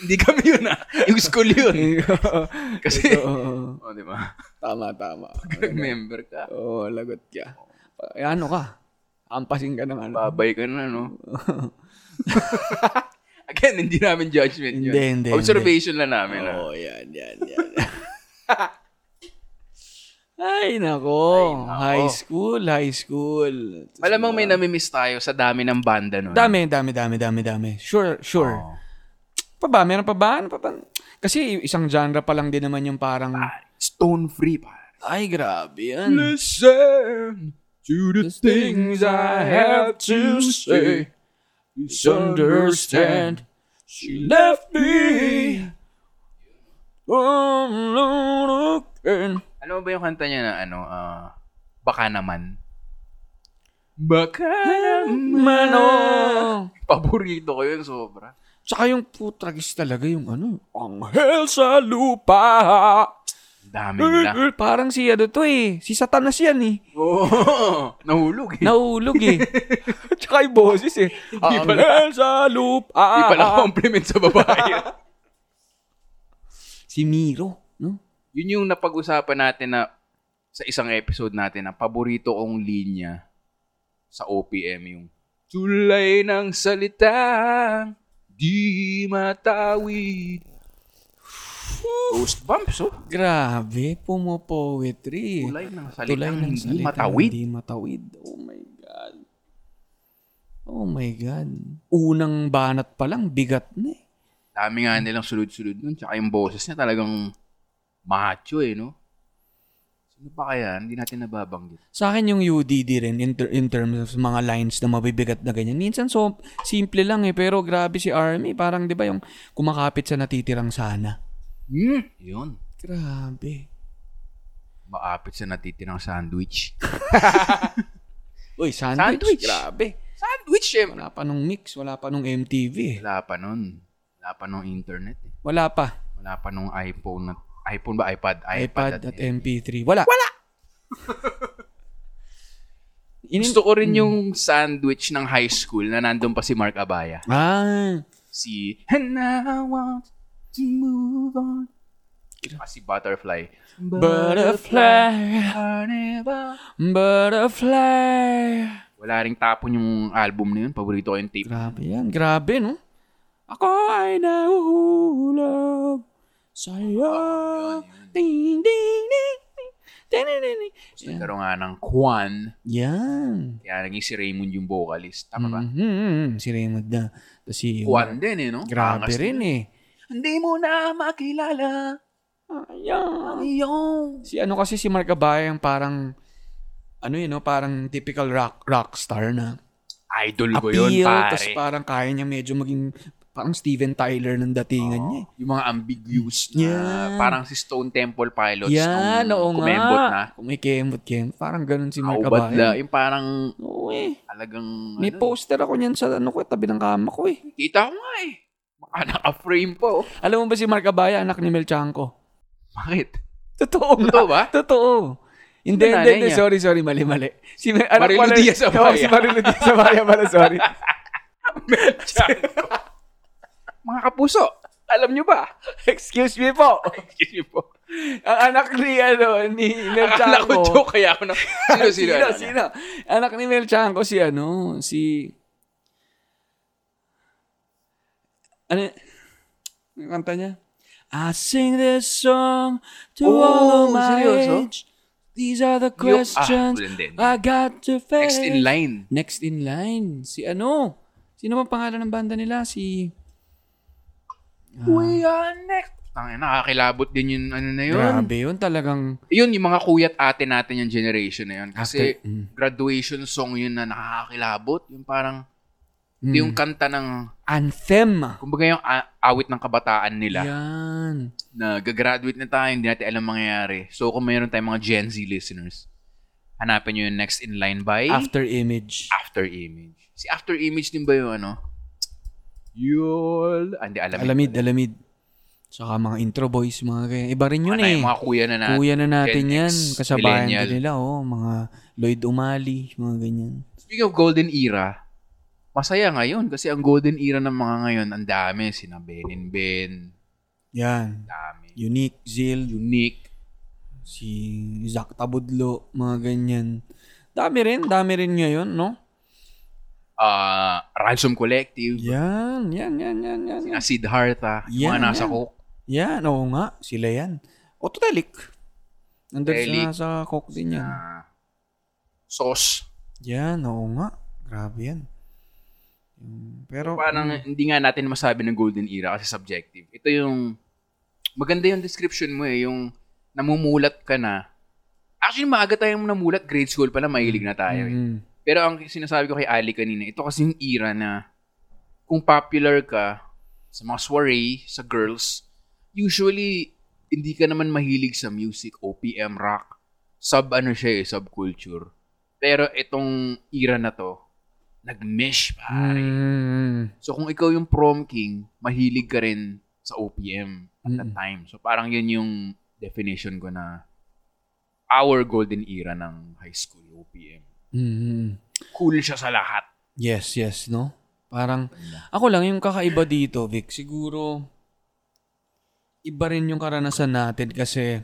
[SPEAKER 3] Hindi kami yun ah. Yung school yun. Kasi,
[SPEAKER 2] Oo.
[SPEAKER 3] oh, di ba?
[SPEAKER 2] Tama, tama.
[SPEAKER 3] Member ka.
[SPEAKER 2] Oo, lagot ka. Eh, Ano ka? Ampasin ka ng ano.
[SPEAKER 3] Babay ka na, no? Again, hindi namin judgment yun.
[SPEAKER 2] Hindi, hindi,
[SPEAKER 3] Observation lang namin. ah.
[SPEAKER 2] Oo, yan, yan, yan. Ay, nako. High school, high school.
[SPEAKER 3] Malamang may namimiss tayo sa dami ng banda nun.
[SPEAKER 2] Dami, dami, dami, dami, dami. Sure, sure.
[SPEAKER 3] Oo.
[SPEAKER 2] Pa ba? Meron pa ba? Ano pa ba? Kasi isang genre pa lang din naman yung parang,
[SPEAKER 3] Stone free pa.
[SPEAKER 2] ay, grabe yan.
[SPEAKER 3] Listen to to the things I have to say. Please understand, she left me. alone again. Alam mo ba yung kanta niya na ano, ah, baka naman? Baka naman, oh. Paborito ko yun, sobra.
[SPEAKER 2] Tsaka yung putragis talaga yung ano, anghel sa lupa.
[SPEAKER 3] Dami nila.
[SPEAKER 2] Eh, eh, Parang si ano to eh, si satanas yan eh.
[SPEAKER 3] Oo, nahulog eh.
[SPEAKER 2] Nahulog eh. Tsaka yung boses eh.
[SPEAKER 3] pala.
[SPEAKER 2] Anghel sa lupa.
[SPEAKER 3] Di pala compliment sa babae.
[SPEAKER 2] Si Miro, no?
[SPEAKER 3] Yun yung napag-usapan natin na sa isang episode natin na paborito kong linya sa OPM yung Tulay ng salita di matawid. Ghost bumps, oh.
[SPEAKER 2] Grabe, pumo-poetry.
[SPEAKER 3] Tulay ng
[SPEAKER 2] Eh,
[SPEAKER 3] salita
[SPEAKER 2] Tulay ng
[SPEAKER 3] hindi
[SPEAKER 2] salita,
[SPEAKER 3] matawid.
[SPEAKER 2] Hindi matawid. Oh my God. Oh my God. Unang banat pa lang, bigat na eh.
[SPEAKER 3] Dami nga nilang sulod-sulod nun. Tsaka yung boses niya talagang macho eh, no? Sino pa kaya? Hindi natin nababanggit.
[SPEAKER 2] Sa akin yung UDD rin in, ter- in terms of mga lines na mabibigat na ganyan. Minsan so simple lang eh pero grabe si Army parang 'di ba yung kumakapit sa natitirang sana.
[SPEAKER 3] Hmm? Yun.
[SPEAKER 2] Grabe.
[SPEAKER 3] Maapit sa natitirang sandwich.
[SPEAKER 2] Uy, sandwich.
[SPEAKER 3] Sandwich.
[SPEAKER 2] Grabe.
[SPEAKER 3] Sandwich, syempre.
[SPEAKER 2] Wala pa nung mix, wala pa nung MTV. eh.
[SPEAKER 3] Wala pa nun. Wala pa nung internet. eh.
[SPEAKER 2] Wala pa.
[SPEAKER 3] Wala pa nung iPhone. At, iPhone ba? iPad?
[SPEAKER 2] iPad at MP3. Wala. Wala.
[SPEAKER 3] Gusto ko
[SPEAKER 2] Hmm.
[SPEAKER 3] rin yung sandwich ng high school na nandun pa si Mark Abaya.
[SPEAKER 2] Ah,
[SPEAKER 3] Si, and I want to move on. Ah, si Butterfly.
[SPEAKER 2] butterfly, butterfly.
[SPEAKER 3] Wala rin tapon yung album na yun. Paborito ko yung tape.
[SPEAKER 2] Grabe yan. Grabe, no? Ako ay nahuhulog sa'yo. Ding, ding, ding, ding. Ding, ding, ding, ding.
[SPEAKER 3] Tapos nagkaroon nga ng Kwan.
[SPEAKER 2] Yan.
[SPEAKER 3] Kaya naging si Raymond yung vocalist. Tama ba?
[SPEAKER 2] Mhm. Si Raymond na. Tapos si...
[SPEAKER 3] Kwan din eh, no?
[SPEAKER 2] Grabe
[SPEAKER 3] Angas
[SPEAKER 2] rin eh.
[SPEAKER 3] Hindi mo na makilala.
[SPEAKER 2] Ayan.
[SPEAKER 3] Yung.
[SPEAKER 2] Si ano kasi si Mark Abaya yung parang... Ano yun, no? Parang typical rock rockstar na
[SPEAKER 3] Idol ko yun,
[SPEAKER 2] appeal.
[SPEAKER 3] pare.
[SPEAKER 2] Tapos parang kaya niya medyo maging parang Steven Tyler ng datingan niya. eh.
[SPEAKER 3] yung mga ambiguous na
[SPEAKER 2] Yan.
[SPEAKER 3] parang si Stone Temple Pilots
[SPEAKER 2] Yan,
[SPEAKER 3] nung
[SPEAKER 2] oo nga.
[SPEAKER 3] kumembot na.
[SPEAKER 2] Kumikembot, kembot. Parang ganun si Mark
[SPEAKER 3] Kaubad na.
[SPEAKER 2] Abaya.
[SPEAKER 3] Yung parang
[SPEAKER 2] Oo eh.
[SPEAKER 3] talagang
[SPEAKER 2] May
[SPEAKER 3] ano,
[SPEAKER 2] poster ako niyan sa ano ko, tabi ng kama ko eh.
[SPEAKER 3] kita ko nga eh. Baka naka-frame pa oh.
[SPEAKER 2] Alam mo ba si Mark Abaya, anak ni Melchanko?
[SPEAKER 3] Bakit?
[SPEAKER 2] Totoo nga.
[SPEAKER 3] Totoo ba?
[SPEAKER 2] Totoo. Hindi, hindi,
[SPEAKER 3] Yung nanay
[SPEAKER 2] hindi.
[SPEAKER 3] niya.
[SPEAKER 2] Sorry, sorry. Mali, mali. Si, Ma- anak
[SPEAKER 3] Marilu
[SPEAKER 2] pala-
[SPEAKER 3] Diaz Abaya.
[SPEAKER 2] Oo, si Marilu Diaz Abaya pala, sorry.
[SPEAKER 3] Mga kapuso, alam nyo ba?
[SPEAKER 2] Excuse me po.
[SPEAKER 3] Excuse me po.
[SPEAKER 2] Ang anak ni, ano, ni
[SPEAKER 3] Akala ko
[SPEAKER 2] Melchanko.
[SPEAKER 3] joke kaya ako na. Sino, sino?
[SPEAKER 2] sino,
[SPEAKER 3] ano, ano?
[SPEAKER 2] sino? Anak ni Melchanko si ano, si... Ano? Ano yung kanta niya? I sing this song to
[SPEAKER 3] Oh,
[SPEAKER 2] all of my
[SPEAKER 3] seryoso?
[SPEAKER 2] age. These are the
[SPEAKER 3] Yung- ah,
[SPEAKER 2] questions
[SPEAKER 3] wala, hindi, hindi.
[SPEAKER 2] I got to face.
[SPEAKER 3] Next in line.
[SPEAKER 2] Next in line. Si ano? Sino ba pangalan ng banda nila? Si... Ah.
[SPEAKER 3] We are next. Tangina, nakakilabot din yung ano na yun.
[SPEAKER 2] Grabe yun talagang...
[SPEAKER 3] Yun, yung mga kuya at ate natin yung generation na yun. Kasi
[SPEAKER 2] After- mm.
[SPEAKER 3] graduation song yun na nakakakilabot. Yung parang,
[SPEAKER 2] Mm. hmm,
[SPEAKER 3] yung kanta ng,
[SPEAKER 2] Anthem.
[SPEAKER 3] kumbaga yung a- awit ng kabataan nila.
[SPEAKER 2] Yan.
[SPEAKER 3] Na gagraduate na tayo, hindi natin alam mangyayari. So kung mayroon tayong mga Gen Z listeners, hanapin nyo yung next in line by
[SPEAKER 2] After Image.
[SPEAKER 3] After Image. Si After Image din ba yung ano? Yul. Ah, hindi, alamid.
[SPEAKER 2] Alamid, alamid. Saka mga intro boys, mga ganyan. Iba rin yun
[SPEAKER 3] Ano
[SPEAKER 2] eh.
[SPEAKER 3] yung mga kuya na natin.
[SPEAKER 2] Kuya na natin
[SPEAKER 3] Gen
[SPEAKER 2] yan.
[SPEAKER 3] X,
[SPEAKER 2] Kasabayan
[SPEAKER 3] millennial.
[SPEAKER 2] din nila, oh. Mga Lloyd Umali, mga ganyan.
[SPEAKER 3] Speaking of golden era, masaya ngayon kasi ang golden era ng mga ngayon, ang dami. Sina Benin Ben,
[SPEAKER 2] Yan.
[SPEAKER 3] dami.
[SPEAKER 2] Unique, Zil,
[SPEAKER 3] Unique.
[SPEAKER 2] si Zach Tabudlo, mga ganyan. Dami rin, dami rin ngayon, no?
[SPEAKER 3] ah Ransom Collective.
[SPEAKER 2] Yan, yan, yan, yan, yan.
[SPEAKER 3] Sina Siddhartha. Yung
[SPEAKER 2] Yan,
[SPEAKER 3] mga nasa
[SPEAKER 2] yan.
[SPEAKER 3] Coke.
[SPEAKER 2] Yan, oo nga. Sila yan. Autotelic. Nandun
[SPEAKER 3] Telic.
[SPEAKER 2] sila sa Coke din yan.
[SPEAKER 3] Ah, Sauce.
[SPEAKER 2] Yan, oo nga. Grabe yan. Mm, Pero,
[SPEAKER 3] Parang hindi nga natin masabi ng golden era kasi subjective. Ito yung, maganda yung description mo eh, yung namumulat ka na Actually, maaga tayong namulat. Grade school pa lang, mahilig na tayo. eh.
[SPEAKER 2] Mm.
[SPEAKER 3] Pero ang sinasabi ko kay Ali kanina, ito kasi yung era na kung popular ka sa mga soiree, sa girls, usually, hindi ka naman mahilig sa music, OPM, rock. Sub, ano siya eh, subculture. Pero itong era na to, nag-mesh, pare.
[SPEAKER 2] Mm.
[SPEAKER 3] So kung ikaw yung prom king, mahilig ka rin sa OPM at
[SPEAKER 2] Mm.
[SPEAKER 3] that time. So parang yun yung definition ko na our golden era ng high school OPM.
[SPEAKER 2] Mm.
[SPEAKER 3] Cool siya sa lahat.
[SPEAKER 2] Yes, yes, no? Parang, ako lang yung kakaiba dito, Vic. Siguro, iba rin yung karanasan natin kasi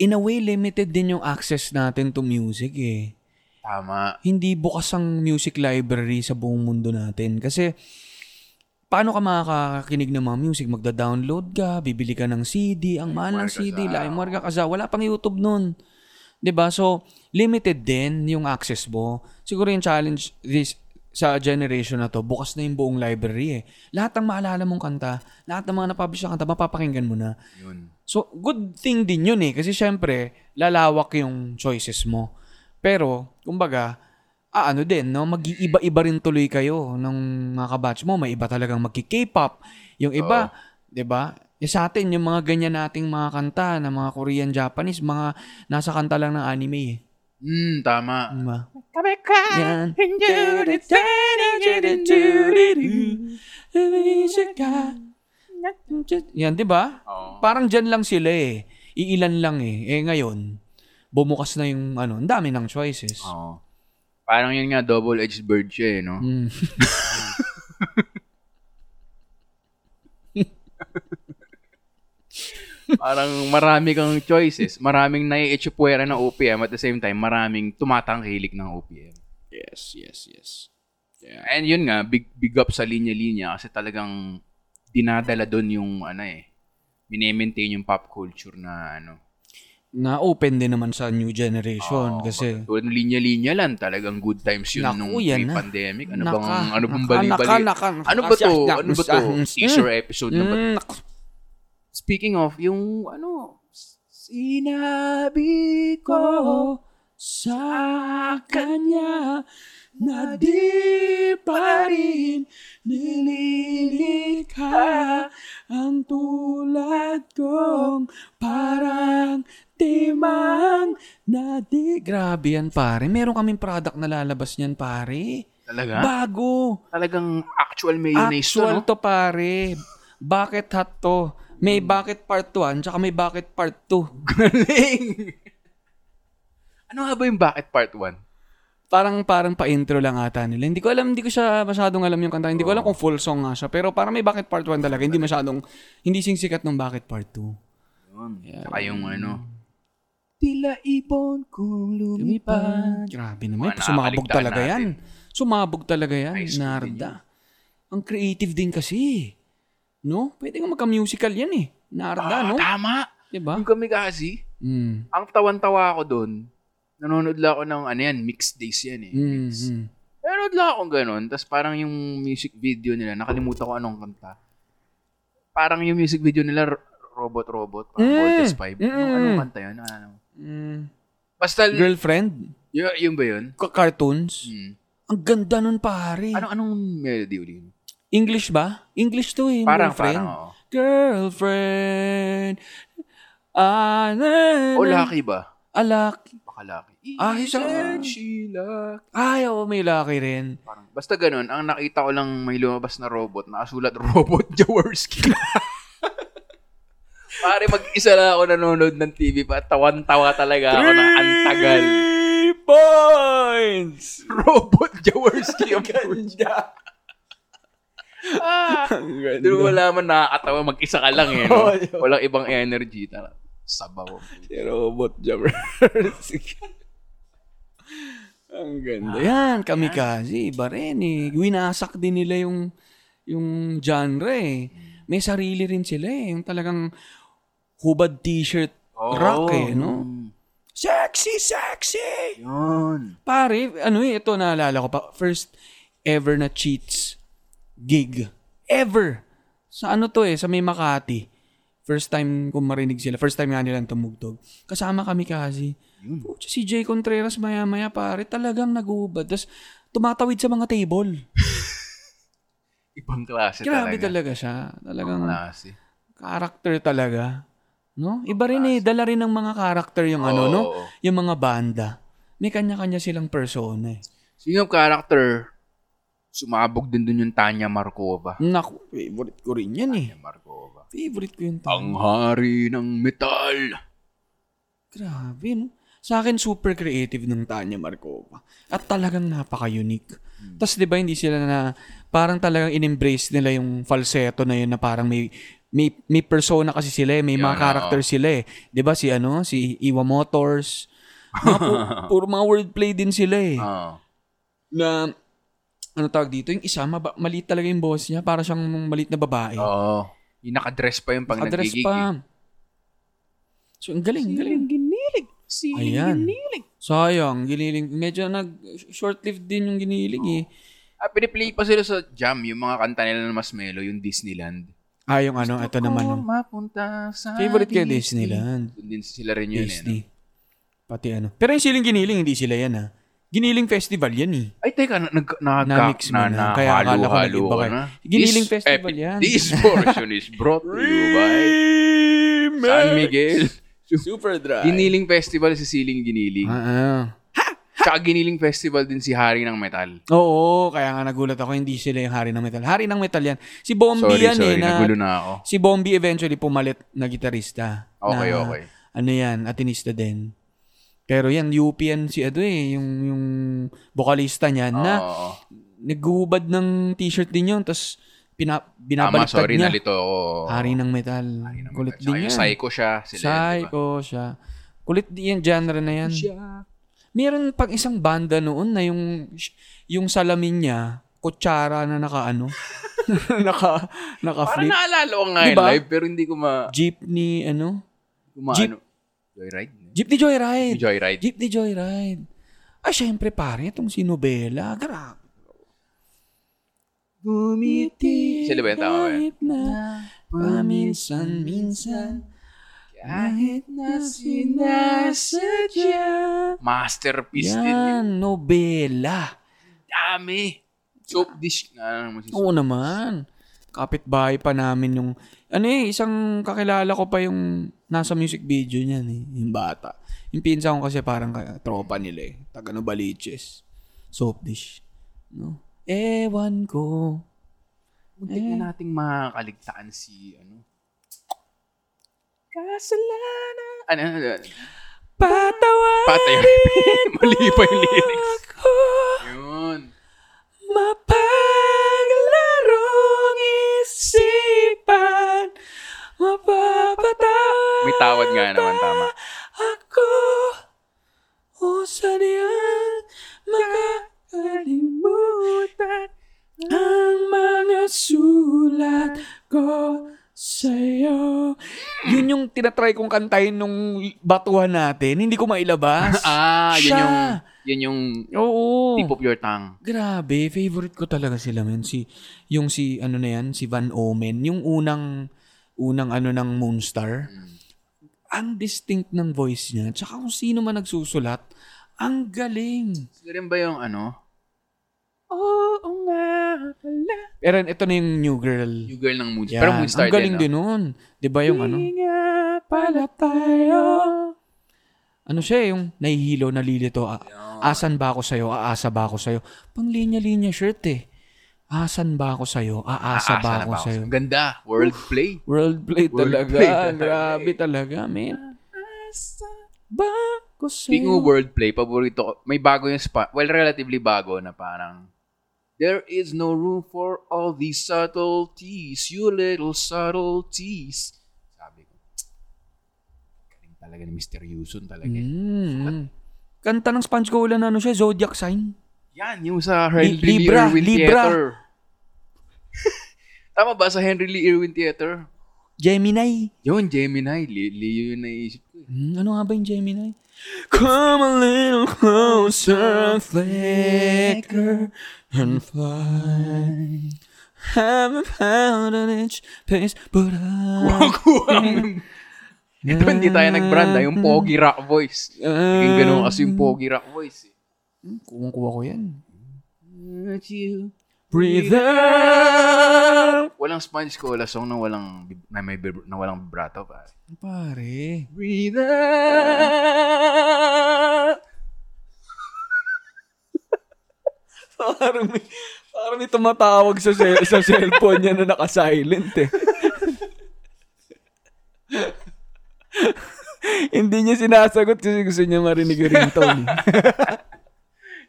[SPEAKER 2] in a way, limited din yung access natin to music eh.
[SPEAKER 3] Tama.
[SPEAKER 2] Hindi bukas ang music library sa buong mundo natin. Kasi, paano ka makakakinig ng mga music? Magda-download ka, bibili ka ng CD, ang mahal ng CD, LimeWire ka kaza. Wala pang YouTube nun. 'Di ba So, limited din yung access mo. Siguro yung challenge this sa generation na to, bukas na yung buong library eh. Lahat ng maalala mong kanta, lahat ng mga napublish na kanta, mapapakinggan mo na.
[SPEAKER 3] Yun.
[SPEAKER 2] So, good thing din yun eh. Kasi syempre, lalawak yung choices mo. Pero, kumbaga, ah, ano din, no? mag-iiba-iba rin tuloy kayo ng mga kabatch mo. May iba talagang magki-K-pop. Yung iba, di ba? Eh, sa atin, yung mga ganyan nating mga kanta na mga Korean, Japanese, mga nasa kanta lang ng anime eh.
[SPEAKER 3] Mm, tama.
[SPEAKER 2] Di ba? Yan. Yan, di ba?
[SPEAKER 3] Oo.
[SPEAKER 2] Parang dyan lang sila eh. Iilan lang eh. Eh ngayon, bumukas na yung ano, ang dami ng choices.
[SPEAKER 3] Oo. Parang yun nga, double-edged bird siya eh, no?
[SPEAKER 2] Mm.
[SPEAKER 3] Parang marami kang choices. Maraming naiitsupwera ng OPM at the same time, maraming tumatangkilik ng OPM.
[SPEAKER 2] Yes, yes, yes.
[SPEAKER 3] And yun nga, big, big up sa linya-linya kasi talagang dinadala doon yung ano eh, minemaintain yung pop culture na ano.
[SPEAKER 2] Na-open din naman sa new generation
[SPEAKER 3] Oo,
[SPEAKER 2] kasi
[SPEAKER 3] Tulad ng linya-linya lang, talagang good times yun
[SPEAKER 2] Naku,
[SPEAKER 3] nung
[SPEAKER 2] yan na.
[SPEAKER 3] pre-pandemic. Ano
[SPEAKER 2] Naka,
[SPEAKER 3] bang, ano bang
[SPEAKER 2] naka,
[SPEAKER 3] bali-bali?
[SPEAKER 2] naka, naka, naka,
[SPEAKER 3] ano ba to?
[SPEAKER 2] naka,
[SPEAKER 3] Ano ba
[SPEAKER 2] naka,
[SPEAKER 3] to?
[SPEAKER 2] naka,
[SPEAKER 3] Teaser episode na ba
[SPEAKER 2] Mm, naka-
[SPEAKER 3] Speaking of, yung ano, sinabi ko.
[SPEAKER 2] sa kanya na di pa rin nililikha ang tulad kong parang timang na di... Grabe yan, pare. Meron kaming product na lalabas niyan, pare.
[SPEAKER 3] Talaga?
[SPEAKER 2] Bago.
[SPEAKER 3] Talagang actual mayonnaise to,
[SPEAKER 2] Actual
[SPEAKER 3] no?
[SPEAKER 2] to, pare. Bakit hot to? May bakit part 1, tsaka may bakit part 2.
[SPEAKER 3] Galing! ano nga ba yung bakit part 1?
[SPEAKER 2] parang parang pa-intro lang ata nila. Hindi ko alam, hindi ko siya masyadong alam yung kanta. Hindi ko alam kung full song nga siya. Pero parang may Bakit Part 1 talaga. Hindi masyadong, hindi sing sikat ng Bakit Part 2.
[SPEAKER 3] Yun. Tsaka yung ano,
[SPEAKER 4] Tila ibon kong
[SPEAKER 2] Lumipan. Grabe naman. Sumabog
[SPEAKER 3] Mga nakakaligtaan
[SPEAKER 2] talaga yan. Sumabog talaga yan.
[SPEAKER 3] High school
[SPEAKER 2] Narda. Ang creative din kasi. No? Pwede nga magka-musical yan eh. Narda,
[SPEAKER 3] Ah, Hmm.
[SPEAKER 2] no?
[SPEAKER 3] Tama.
[SPEAKER 2] Diba?
[SPEAKER 3] Yung kami kasi,
[SPEAKER 2] Mm.
[SPEAKER 3] ang tawan-tawa ako doon, nanonood lang ako ng ano yan, mixed days yan eh.
[SPEAKER 2] Mm.
[SPEAKER 3] Mix.
[SPEAKER 2] mm.
[SPEAKER 3] Nanonood lang ako ganun, tapos parang yung music video nila, nakalimutan ko anong kanta. Parang yung music video nila, ro- robot-robot, parang
[SPEAKER 2] Mm.
[SPEAKER 3] Voltes 5. Anong,
[SPEAKER 2] Mm.
[SPEAKER 3] anong kanta yun? Ano?
[SPEAKER 2] Mm.
[SPEAKER 3] Basta,
[SPEAKER 2] Girlfriend?
[SPEAKER 3] y- yun ba yun?
[SPEAKER 2] Ka- Cartoons?
[SPEAKER 3] Mm.
[SPEAKER 2] Ang ganda nun pare.
[SPEAKER 3] Anong, anong melody ulit yun?
[SPEAKER 2] English ba? English to eh.
[SPEAKER 3] Parang,
[SPEAKER 2] girlfriend.
[SPEAKER 3] parang, oh. oo.
[SPEAKER 2] Girlfriend. Ah, na, na.
[SPEAKER 3] O laki ba?
[SPEAKER 2] Ah, lucky.
[SPEAKER 3] Baka laki.
[SPEAKER 2] Ah, isang-
[SPEAKER 3] Isn't she lucky?
[SPEAKER 2] Ay, oo, may laki rin.
[SPEAKER 3] Parang, basta ganun, ang nakita ko lang may lumabas na robot, nakasulat robot Jaworski. Pare, mag-isa lang ako nanonood ng TV pa. Tawan-tawa talaga ako ng antagal.
[SPEAKER 2] Three points!
[SPEAKER 3] Robot Jaworski ang ganda. ah, doon mo laman nakakatawa. Mag-isa ka lang eh. No? Walang ibang energy. Tara, sabaw.
[SPEAKER 2] Si Robot Jabbers. Ang ganda. Yan, kamikaze. Iba rin eh. Winasak din nila yung, yung genre eh. May sarili rin sila eh. Yung talagang hubad t-shirt rock eh, no? Sexy, sexy!
[SPEAKER 3] Yun.
[SPEAKER 2] Pare, ano eh, ito naalala ko pa. First ever na cheats gig. Ever! Sa ano to eh, sa may Makati. First time ko marinig sila. First time nga nilang tumugtog. Kasama kami kasi. Pucha, si Jay Contreras maya-maya pare, talagang nag-uubad. Tapos tumatawid sa mga table.
[SPEAKER 3] Ibang klase
[SPEAKER 2] Grabe
[SPEAKER 3] talaga.
[SPEAKER 2] talaga siya. Talagang
[SPEAKER 3] Klase.
[SPEAKER 2] character talaga. No? Iba rin eh, dala rin ng mga character yung ano, no?
[SPEAKER 3] Oo.
[SPEAKER 2] Yung mga banda. May kanya-kanya silang persona eh.
[SPEAKER 3] Speaking of character, sumabog din dun yung Tanya Markova.
[SPEAKER 2] Naku, favorite ko rin yan eh.
[SPEAKER 3] Tanya Markova.
[SPEAKER 2] Favorite ko yung
[SPEAKER 3] Ang hari ng metal.
[SPEAKER 2] Grabe, no? Sa akin, super creative ng Tanya Markova. At talagang napaka-unique. Tapos, di ba, hindi sila na, parang talagang in-embrace nila yung falsetto na yun na parang may, may, may persona kasi sila eh, may mga
[SPEAKER 3] Yun,
[SPEAKER 2] character sila eh. Di ba, si ano, si Iwa Motors. Mga pu- puro mga wordplay din sila eh.
[SPEAKER 3] Oo.
[SPEAKER 2] Na, ano tawag dito, yung isa, maba- maliit talaga yung boss niya, para siyang maliit na babae.
[SPEAKER 3] Oo. Yung nakadress pa yung pag
[SPEAKER 2] Address
[SPEAKER 3] nagigig. eh.
[SPEAKER 2] pa. So, ang galing, ang galing.
[SPEAKER 5] ginilig. Siling
[SPEAKER 2] Ayan. Sayang, giniling. Medyo nag short-lived din yung giniling eh.
[SPEAKER 3] Ah, piniplay pa sila sa jam yung mga kanta nila na mas mellow, yung Disneyland.
[SPEAKER 2] Ah, yung ano, ito naman.
[SPEAKER 3] Kung
[SPEAKER 2] Yung,
[SPEAKER 3] mapunta sa
[SPEAKER 2] favorite ko yung
[SPEAKER 3] Disney.
[SPEAKER 2] Disneyland.
[SPEAKER 3] Doon din sila rin yun eh.
[SPEAKER 2] Disney. Pati ano. Pero yung siling giniling, hindi sila yan ah. Giniling festival yan eh.
[SPEAKER 3] Ay, teka, na, nag, na,
[SPEAKER 2] Na-mix mo na. Kaya akala ko
[SPEAKER 3] halo-halo
[SPEAKER 2] nag-iba
[SPEAKER 3] ka
[SPEAKER 2] kayo.
[SPEAKER 3] na.
[SPEAKER 2] Giniling
[SPEAKER 3] This
[SPEAKER 2] festival yan.
[SPEAKER 3] This portion is brought to you by San Miguel.
[SPEAKER 2] Super dry.
[SPEAKER 3] Giniling Festival si Siling Giniling.
[SPEAKER 2] Ah, ah.
[SPEAKER 3] Tsaka Giniling Festival din si Hari ng Metal.
[SPEAKER 2] Oo, kaya nga nagulat ako, hindi sila yung hari ng metal. Hari ng metal yan. Si Bombi
[SPEAKER 3] Sorry,
[SPEAKER 2] yan eh.
[SPEAKER 3] sorry.
[SPEAKER 2] Na,
[SPEAKER 3] Nagulo na ako.
[SPEAKER 2] Si Bombi eventually pumalit na gitarista.
[SPEAKER 3] Okay,
[SPEAKER 2] na,
[SPEAKER 3] okay.
[SPEAKER 2] Ano yan, atinista din. Pero yan, UP yan si ano eh, yung, yung vocalista niyan na
[SPEAKER 3] Oo.
[SPEAKER 2] nagubad ng t-shirt din yun, tapos pina,
[SPEAKER 3] Tama,
[SPEAKER 2] binabaliktad
[SPEAKER 3] sorry,
[SPEAKER 2] niya.
[SPEAKER 3] nalito ako.
[SPEAKER 2] Hari ng metal. Kulit
[SPEAKER 3] Tsaka
[SPEAKER 2] din
[SPEAKER 3] yung
[SPEAKER 2] yan.
[SPEAKER 3] Psycho siya. Sila, yun, diba?
[SPEAKER 2] Psycho siya. Kulit din yan, genre na yan. Meron pang isang banda noon na yung yung salamin niya, kutsara na nakaano, naka,
[SPEAKER 3] Parang
[SPEAKER 2] naka-flip.
[SPEAKER 3] naalala ko nga yung
[SPEAKER 2] Diba?
[SPEAKER 3] live, pero hindi ko ma...
[SPEAKER 2] Jeepney, ano?
[SPEAKER 3] Kuma,
[SPEAKER 2] Jeep.
[SPEAKER 3] ano, Joyride?
[SPEAKER 2] Jeepney Joyride.
[SPEAKER 3] Joyride.
[SPEAKER 2] Jeepney Joyride. Ah, syempre pare, itong si Nobela. Grabe. Bumiti.
[SPEAKER 3] Sila ba eh? yun? Tama ba yun?
[SPEAKER 2] kahit na Paminsan-minsan. Kahit na sinasadya.
[SPEAKER 3] Masterpiece din. yun.
[SPEAKER 2] Yan, Nobela.
[SPEAKER 3] Dami. Soap dish. Ano mo si
[SPEAKER 2] Oo naman. Kapitbahay pa namin yung... Ano eh, isang kakilala ko pa yung nasa music video niyan eh, yung bata. Yung pinsan ko kasi parang ka- tropa nila eh. Taga Novaliches. Soap dish. No? Ewan ko. Oh,
[SPEAKER 3] Muntik na nating makakaligtaan si ano.
[SPEAKER 2] Kasalanan.
[SPEAKER 3] Ano? ano, ano?
[SPEAKER 2] Patawarin
[SPEAKER 3] Patay. Mali pa yung lyrics.
[SPEAKER 2] ako.
[SPEAKER 3] Yun.
[SPEAKER 2] Mapaglarong isipan. Mapapatawa.
[SPEAKER 3] May tawad nga naman tama.
[SPEAKER 2] Ako O saniyang makakalimutan Ang mga sulat ko sa'yo Yun yung tinatry kong kantahin nung batuhan natin. Hindi ko mailabas.
[SPEAKER 3] Ah, yun
[SPEAKER 2] Siya.
[SPEAKER 3] yung yun yung
[SPEAKER 2] Oo.
[SPEAKER 3] tip of your tongue.
[SPEAKER 2] Grabe, favorite ko talaga sila men si yung si ano na yan, si Van Omen, yung unang unang ano ng Moonstar. Ang distinct ng voice niya, tsaka kung sino man nagsusulat, ang galing.
[SPEAKER 3] Sila rin ba yung ano?
[SPEAKER 2] Oo nga pala. Pero ito na yung new girl.
[SPEAKER 3] New girl ng Moon
[SPEAKER 2] Yan.
[SPEAKER 3] Pero Moon Star
[SPEAKER 2] ang galing
[SPEAKER 3] din.
[SPEAKER 2] din nun. Di ba yung ano? pala tayo. Ano siya eh, yung nahihilo, nalilito. A- asan ba ako sa'yo? Aasa ba ako sa'yo? Pang linya-linya shirt eh. Asan ba ako sa'yo? Aasa, ba ako sa'yo?
[SPEAKER 3] Ah, Ang ganda. World play.
[SPEAKER 2] World play
[SPEAKER 3] World
[SPEAKER 2] talaga.
[SPEAKER 3] play talaga eh.
[SPEAKER 2] Grabe talaga, man. Aasa ba ako
[SPEAKER 3] Speaking of
[SPEAKER 2] sa'yo?
[SPEAKER 3] world play, paborito ko. May bago yung spot. Well, relatively bago na parang There is no room for all these subtleties, you little subtleties. Sabi ko, galing talaga ni Mr. Yusun talaga.
[SPEAKER 2] Mm. Kanta ng Sponge Cola na ano siya, Zodiac Sign.
[SPEAKER 3] Yan, yung sa Henry
[SPEAKER 2] Li-
[SPEAKER 3] Lee
[SPEAKER 2] Libra,
[SPEAKER 3] Irwin
[SPEAKER 2] Libra.
[SPEAKER 3] Theater. Tama ba sa Henry Lee Irwin Theater?
[SPEAKER 2] Gemini.
[SPEAKER 3] Yun, Gemini. Li- Leo yun naisip ko. eh.
[SPEAKER 2] Hmm, ano nga ba yung Gemini? Come a little closer, flicker and fly haven't found an inch pace, but I...
[SPEAKER 3] Kuha. Ito hindi tayo nag-brand ha, yung Pogi Rock Voice. Yung ganun kasi yung Pogi Rock Voice eh.
[SPEAKER 2] Kuha ko yan.
[SPEAKER 3] Walang Spanish Cola song na walang, bib- na may, bib- na walang vibrato pa.
[SPEAKER 2] Pare.
[SPEAKER 3] Breathe out.
[SPEAKER 2] Parang may, parang may tumatawag sa, cell, sa cellphone niya na naka-silent eh. Hindi niya sinasagot kasi gusto niya marinig yung ringtone. eh.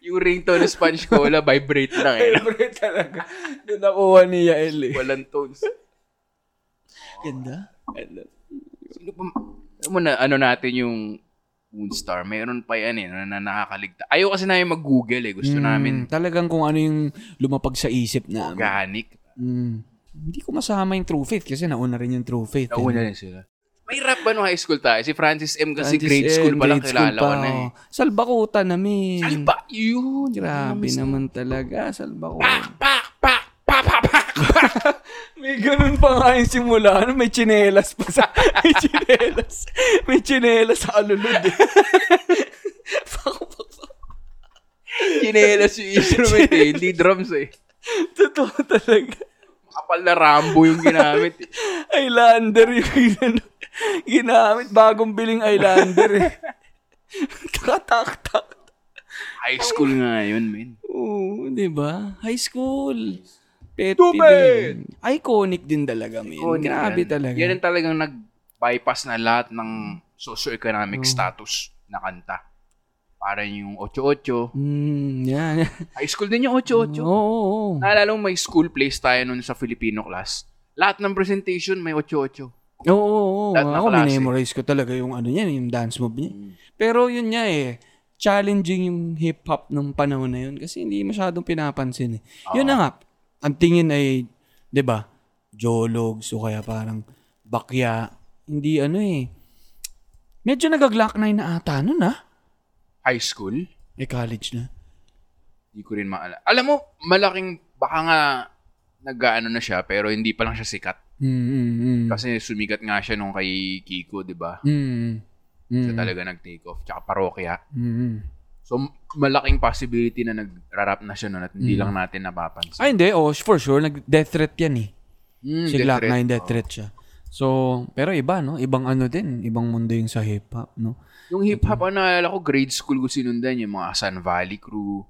[SPEAKER 3] Yung ringtone ng Spanish Cola, vibrate lang eh.
[SPEAKER 2] Siyempre talaga. Doon nakuha ni Yael eh.
[SPEAKER 3] Walang tones.
[SPEAKER 2] Ganda. Ganda.
[SPEAKER 3] Sino pa, alam mo na, ano natin yung Moonstar, mayroon pa yan eh, na, na nakakaligtas. Ayaw kasi namin mag-google eh, gusto
[SPEAKER 2] Mm,
[SPEAKER 3] namin
[SPEAKER 2] talagang kung ano yung lumapag sa isip namin.
[SPEAKER 3] organic.
[SPEAKER 2] Mm. Hindi ko masama yung True Faith kasi nauna rin yung True Faith. eh.
[SPEAKER 3] Nauna rin sila. May rap ba nung high school tayo? Si Francis M kasi
[SPEAKER 2] Antes L,
[SPEAKER 3] grade school pa lang
[SPEAKER 2] grade school
[SPEAKER 3] kilala
[SPEAKER 2] pa,
[SPEAKER 3] ko na eh.
[SPEAKER 2] oh. Salbakuta na, min.
[SPEAKER 3] Ay ba? Yun!
[SPEAKER 2] Grabe naman talaga, salbakuta.
[SPEAKER 3] Pak! Pak! Pak! Pak! Pak! Pak!
[SPEAKER 2] May ganun pa nga yung simula. Ano, may chinelas pa sa... May chinelas. May chinelas sa alulod eh.
[SPEAKER 3] Kinelas yung instrument eh. Hindi drums eh.
[SPEAKER 2] Totoo talaga.
[SPEAKER 3] Kapal na Rambo yung ginamit eh.
[SPEAKER 2] Islander yung ginano- ginamit. Bagong biling Islander eh. Takatak-tak.
[SPEAKER 3] High school nga yun, men.
[SPEAKER 2] Oo, di ba? High school. Pet
[SPEAKER 3] Stupid!
[SPEAKER 2] peeve. Iconic din talaga, man. Grabe talaga.
[SPEAKER 3] Yan ang talagang nag-bypass na lahat ng socio-economic status na kanta. Parang yung 88.
[SPEAKER 2] Mm, yan.
[SPEAKER 3] High school din yung 88.
[SPEAKER 2] Oo, oo, oo.
[SPEAKER 3] Mm. Naalala mo may school place tayo nun sa Filipino class. Lahat ng presentation may 88.
[SPEAKER 2] Oo, oo, oo.
[SPEAKER 3] Lahat ng
[SPEAKER 2] Ako,
[SPEAKER 3] klase.
[SPEAKER 2] minemorize ko talaga yung ano niya, yung dance move niya. Pero yun niya eh, challenging yung hip-hop nung panahon na yun kasi hindi masyadong pinapansin eh. Yun na nga, ang tingin ay, di ba, jologs o kaya parang bakya. Hindi ano eh. Medyo nagaglak na na ata nun ah.
[SPEAKER 3] High school?
[SPEAKER 2] Eh, college na.
[SPEAKER 3] Hindi ko rin maala. Alam mo, malaking, baka nga nag-ano na siya, pero hindi pa lang siya sikat.
[SPEAKER 2] Mm, mm, mm.
[SPEAKER 3] Kasi sumikat nga siya nung kay Kiko, di ba?
[SPEAKER 2] Mm, mm,
[SPEAKER 3] Siya talaga nag-take off. Tsaka parokya.
[SPEAKER 2] mm, mm.
[SPEAKER 3] So, malaking possibility na nag-rap na siya nun at hindi lang natin napapansin.
[SPEAKER 2] Mm. Ay, hindi. Oh, for sure. Nag-death threat yan eh.
[SPEAKER 3] Mm,
[SPEAKER 2] Si
[SPEAKER 3] death
[SPEAKER 2] Glock
[SPEAKER 3] threat.
[SPEAKER 2] 9 death threat siya. So, pero iba, no? Ibang ano din. Ibang mundo yung sa hip-hop, no?
[SPEAKER 3] Yung hip-hop,
[SPEAKER 2] Mm-hmm.
[SPEAKER 3] ang naalala ko, grade school ko sinundan, yung mga San Valley Crew.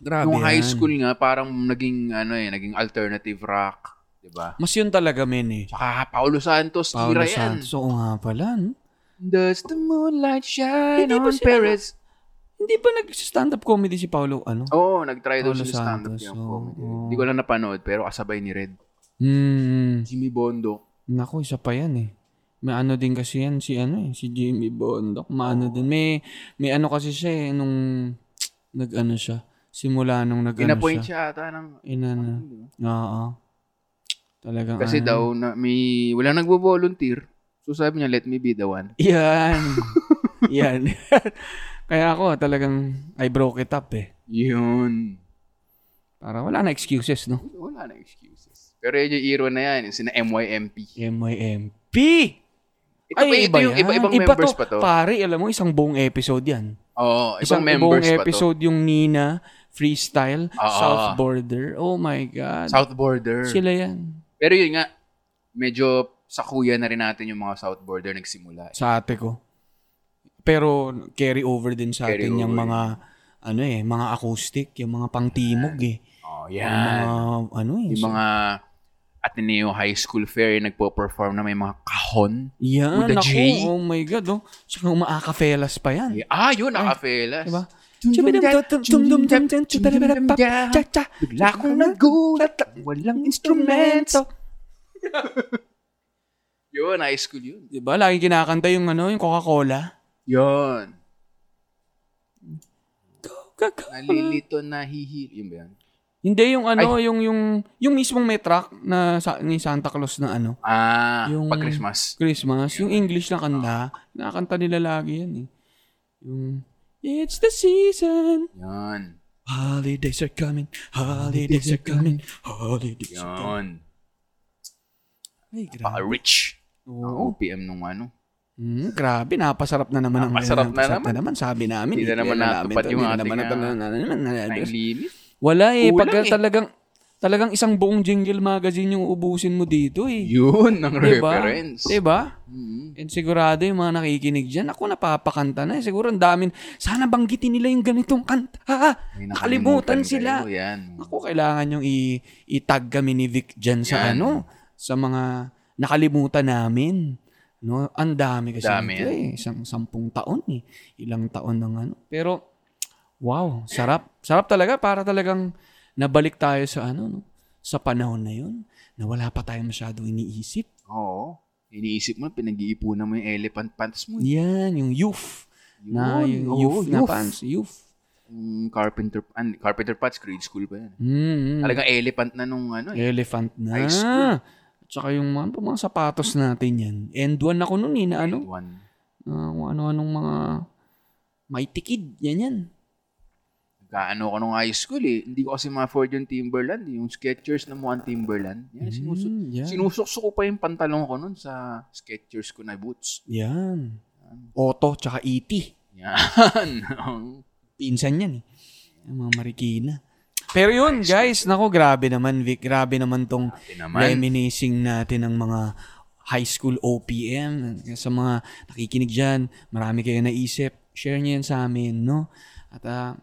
[SPEAKER 2] Grabe
[SPEAKER 3] Yung high
[SPEAKER 2] Ah, yan.
[SPEAKER 3] school nga, parang naging, ano eh, naging alternative rock. di ba?
[SPEAKER 2] Mas yun talaga, men, eh.
[SPEAKER 3] Tsaka Paolo Santos,
[SPEAKER 2] Paolo
[SPEAKER 3] tira yan.
[SPEAKER 2] Santos. Oo nga pala, no?
[SPEAKER 3] Does the moonlight shine
[SPEAKER 2] Hindi ba
[SPEAKER 3] on
[SPEAKER 2] siya- ano.
[SPEAKER 3] Paris?
[SPEAKER 2] Hindi ba nag-stand-up comedy si Paolo, ano?
[SPEAKER 3] Oo, oh, nag-try daw
[SPEAKER 2] Paolo
[SPEAKER 3] siya sa stand-up
[SPEAKER 2] Santos,
[SPEAKER 3] niya.
[SPEAKER 2] oo, oo.
[SPEAKER 3] Hindi ko lang napanood, pero kasabay ni Red.
[SPEAKER 2] Hmm.
[SPEAKER 3] Jimmy Bondo.
[SPEAKER 2] Nako, isa pa yan, eh. May ano din kasi yan, si ano eh, si Jimmy Bondok. Maano din. May, may ano kasi siya eh, nung nag-ano siya. Simula nung nag-ano
[SPEAKER 3] Pinapoint
[SPEAKER 2] Ano siya. Ah.
[SPEAKER 3] siya ata ng...
[SPEAKER 2] Inano. Oo. Talagang
[SPEAKER 3] Kasi
[SPEAKER 2] ano.
[SPEAKER 3] daw, na, may, walang nagbo-volunteer. So sabi niya, let me be the one.
[SPEAKER 2] Yan. Yan. Kaya ako talagang I broke it up eh.
[SPEAKER 3] Yun.
[SPEAKER 2] Para wala na excuses, no?
[SPEAKER 3] Wala na excuses. Pero yun yung hero na yan, yung sina MYMP.
[SPEAKER 2] MYMP!
[SPEAKER 3] Ito pa ito yung iba-ibang members pa to.
[SPEAKER 2] Pare, alam mo, isang buong episode yan.
[SPEAKER 3] Oo,
[SPEAKER 2] isang
[SPEAKER 3] ibang members
[SPEAKER 2] buong
[SPEAKER 3] pa to.
[SPEAKER 2] episode yung Nina, Freestyle,
[SPEAKER 3] Oo.
[SPEAKER 2] South Border. Oh my God.
[SPEAKER 3] South Border.
[SPEAKER 2] Sila yan.
[SPEAKER 3] Ano? Pero yun nga, medyo sa kuya na rin natin yung mga South Border nagsimula.
[SPEAKER 2] Sa ate ko. Pero carry over din sa
[SPEAKER 3] Carry
[SPEAKER 2] atin yung
[SPEAKER 3] over.
[SPEAKER 2] mga ano eh, mga acoustic, yung mga pangtimog eh.
[SPEAKER 3] Oh,
[SPEAKER 2] Yung
[SPEAKER 3] yan.
[SPEAKER 2] mga ano eh.
[SPEAKER 3] Yung mga Ateneo High School Fair yung nagpo-perform na may mga kahon.
[SPEAKER 2] Yan,
[SPEAKER 3] With the
[SPEAKER 2] ako.
[SPEAKER 3] J?
[SPEAKER 2] Oh my God, oh. Tsaka umaakafelas pa yan.
[SPEAKER 3] Ah, yun, nakafelas.
[SPEAKER 2] Diba?
[SPEAKER 3] Bigla akong nagulat at walang instrumento. Yun, high school yun.
[SPEAKER 2] Diba? Lagi kinakanta yung ano, yung Coca-Cola.
[SPEAKER 3] Yun.
[SPEAKER 2] Coca-Cola.
[SPEAKER 3] Nalilito, nahihil. Yun ba yan?
[SPEAKER 2] Hindi yung ano, yung yung yung mismong may track na sa, ni Santa Claus na ano,
[SPEAKER 3] Ah,
[SPEAKER 2] Yung-
[SPEAKER 3] pag Christmas.
[SPEAKER 2] Christmas, yung English na kanta, nakakanta nila lagi yan eh. Yung It's the season
[SPEAKER 3] Yun.
[SPEAKER 2] Holidays are coming, holidays are coming, holidays are coming.
[SPEAKER 3] Yun.
[SPEAKER 2] Ay,
[SPEAKER 3] Baka
[SPEAKER 2] grabe.
[SPEAKER 3] rich.
[SPEAKER 2] Oo.
[SPEAKER 3] OPM nung ano.
[SPEAKER 2] Mm, grabe, napasarap na naman. ang-
[SPEAKER 3] Napasarap na
[SPEAKER 2] napasarap sabi namin.
[SPEAKER 3] Hindi na
[SPEAKER 2] eh,
[SPEAKER 3] naman
[SPEAKER 2] kaya
[SPEAKER 3] natupad
[SPEAKER 2] namin to,
[SPEAKER 3] yung
[SPEAKER 2] hindi na
[SPEAKER 3] ating,
[SPEAKER 2] naman
[SPEAKER 3] ah,
[SPEAKER 2] natupad-
[SPEAKER 3] Time limit.
[SPEAKER 2] Wala eh.
[SPEAKER 3] Kulang
[SPEAKER 2] Pagka
[SPEAKER 3] eh.
[SPEAKER 2] talagang, talagang isang buong jingle magazine yung ubusin mo dito eh.
[SPEAKER 3] Yun ang
[SPEAKER 2] Diba?
[SPEAKER 3] reference.
[SPEAKER 2] Diba?
[SPEAKER 3] Mm.
[SPEAKER 2] And sigurado yung mga nakikinig dyan, ako napapakanta na eh. Siguro ang damin, sana banggitin nila yung ganitong kanta.
[SPEAKER 3] May
[SPEAKER 2] Nakalimutan
[SPEAKER 3] kayo.
[SPEAKER 2] sila.
[SPEAKER 3] Yan.
[SPEAKER 2] Ako, kailangan yung i- itag kami ni Vic dyan sa
[SPEAKER 3] Yan.
[SPEAKER 2] ano, sa mga nakalimutan namin. No, ang dami kasi
[SPEAKER 3] Dami
[SPEAKER 2] nito eh. Isang sampung taon eh. Ilang taon ng ano. Pero, wow, sarap. Sarap talaga. Para talagang nabalik tayo sa ano, no? sa panahon na yun, na wala pa tayo masyadong iniisip.
[SPEAKER 3] Oo. Iniisip mo, pinag-iipunan mo yung elephant pants mo. eh.
[SPEAKER 2] Yan, yung youth. Na,
[SPEAKER 3] Yun,
[SPEAKER 2] yung
[SPEAKER 3] oo,
[SPEAKER 2] youth, na
[SPEAKER 3] youth.
[SPEAKER 2] pants. Youth.
[SPEAKER 3] Yung carpenter, an, carpenter pants, grade school pa yan.
[SPEAKER 2] Mm, mm.
[SPEAKER 3] Talagang elephant na nung ano eh.
[SPEAKER 2] Elephant na.
[SPEAKER 3] High school.
[SPEAKER 2] Tsaka yung mga, ano, mga sapatos natin yan. End one ako nun eh, na ano.
[SPEAKER 3] One.
[SPEAKER 2] Ah, kung ano-anong mga may tikid. Yan yan.
[SPEAKER 3] Kaano ko nung high school eh. Hindi ko kasi ma-afford yung Timberland. eh. Yung Skechers na mukhang Timberland. Yan, sinusu-
[SPEAKER 2] Mm, yan.
[SPEAKER 3] sinusuksok ko pa yung pantalon ko nun sa Skechers ko na boots.
[SPEAKER 2] yan. Oto, tsaka ET.
[SPEAKER 3] Yan.
[SPEAKER 2] Pinsan yan eh. Yung mga marikina. Pero yun, guys. Nako, grabe naman, Vic. Grabe naman tong
[SPEAKER 3] Grabe naman.
[SPEAKER 2] reminiscing natin ng mga high school OPM. Sa mga nakikinig dyan, marami kayo naisip. Share nyo yan sa amin, no? At, ah,